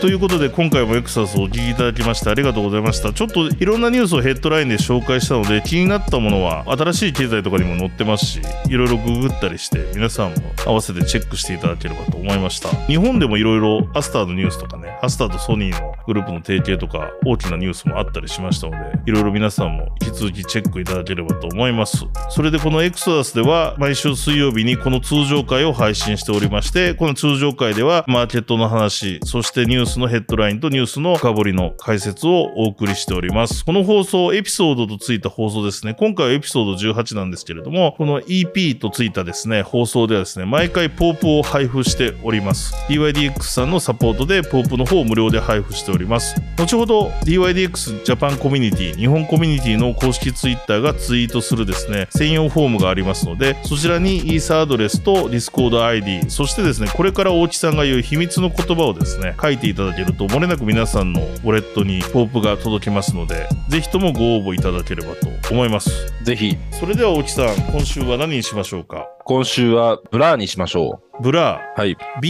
S1: ということで今回もエクサスをお聞きいただきましてありがとうございましたちょっといろんなニュースをヘッドラインで紹介したので気になったものは新しい経済とかにも載ってますしいろいろググったりして皆さんも合わせてチェックしていただければと思いました日本でもいろいろアスターのニュースとかねアスターとソニーのグループの提携とか大きなニュースもあったりしましたのでいろいろ皆さんも引き続きチェックいただければと思いますそれでこのエクソダスでは毎週水曜日にこの通常回を配信しておりましてこの通常回ではマーケットの話そしてニュースのヘッドラインとニュースの深掘りの解説をお送りしておりますこの放送エピソードとついた放送ですね今回はエピソード18なんですけれどもこの EP とついたですね放送ではですね毎回ポープを配布しております DYDX さんのサポートでポープの方を無料で配布しております後ほど DYDX ジャパンコミュニティ日本コミュニティの公式ツイッターがツイートするですね専用フォームがありますのでそちらにイーサアドレスと DiscordID そしてですねこれから大木さんが言う秘密の言葉をですね書いていただけると漏れなく皆さんのウォレットにポープが届きますのでぜひともご応募いただければと思います
S2: ぜひ、
S1: それでは大木さん今週は何にしましょうか
S2: 今週はブラーにしましょ
S1: ブラ
S2: う。はい。
S1: ー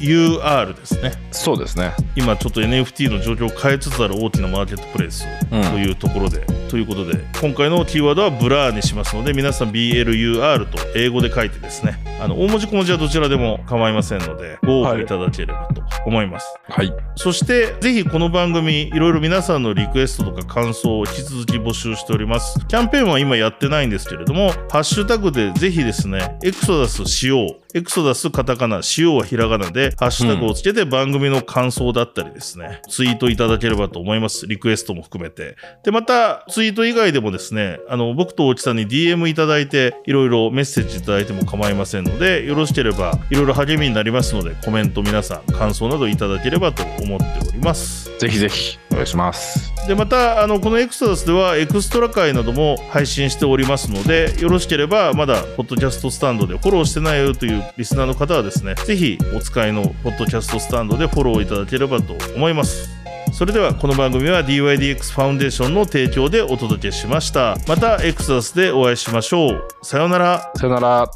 S1: BLUR ですね
S2: そうですね。
S1: 今ちょっと NFT の状況を変えつつある大きなマーケットプレイス
S2: うん。
S1: というところで、ということで今回のキーワードはブラーにしますので皆さん BLUR と英語で書いてですねあの大文字小文字はどちらでも構いませんのでご応
S2: は
S1: 募
S2: い
S1: いただければと思います、
S2: はい。
S1: そしてぜひこの番組いろいろ皆さんのリクエストとか感想を引き続き募集しておりますキャンペーンは今やってないんですけれどもハッシュタグでぜひですねエクソダスしようエクソダスカタカナしようはひらがなでハッシュタグをつけて番組の感想だったりですね、ツイートいただければと思いますリクエストも含めてでまたツイート以外でもですねあの僕と大木さんに DM いただいていろいろメッセージいただいても構いませんのでよろしければいろいろ励みになりますのでコメント皆さん感想などいただければと思っております
S2: ぜひぜひ、お願いします。
S1: でまたあのこのエクストラスではエクストラ回なども配信しておりますのでよろしければまだポッドキャストスタンドでフォローしてないよというリスナーの方はですねぜひお使いのポッドキャストスタンドでフォローいただければと思いますそれではこの番組は DYDX ファウンデーションの提供でお届けしましたまたエクストラスでお会いしましょうさようなら
S2: さよなら。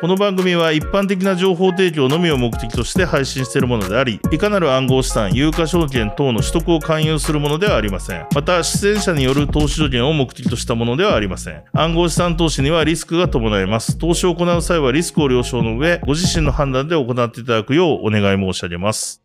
S1: この番組は一般的な情報提供のみを目的として配信しているものであり、いかなる暗号資産、有価証券等の取得を勧誘するものではありません。また、出演者による投資助言を目的としたものではありません。暗号資産投資にはリスクが伴います。投資を行う際はリスクを了承の上、ご自身の判断で行っていただくようお願い申し上げます。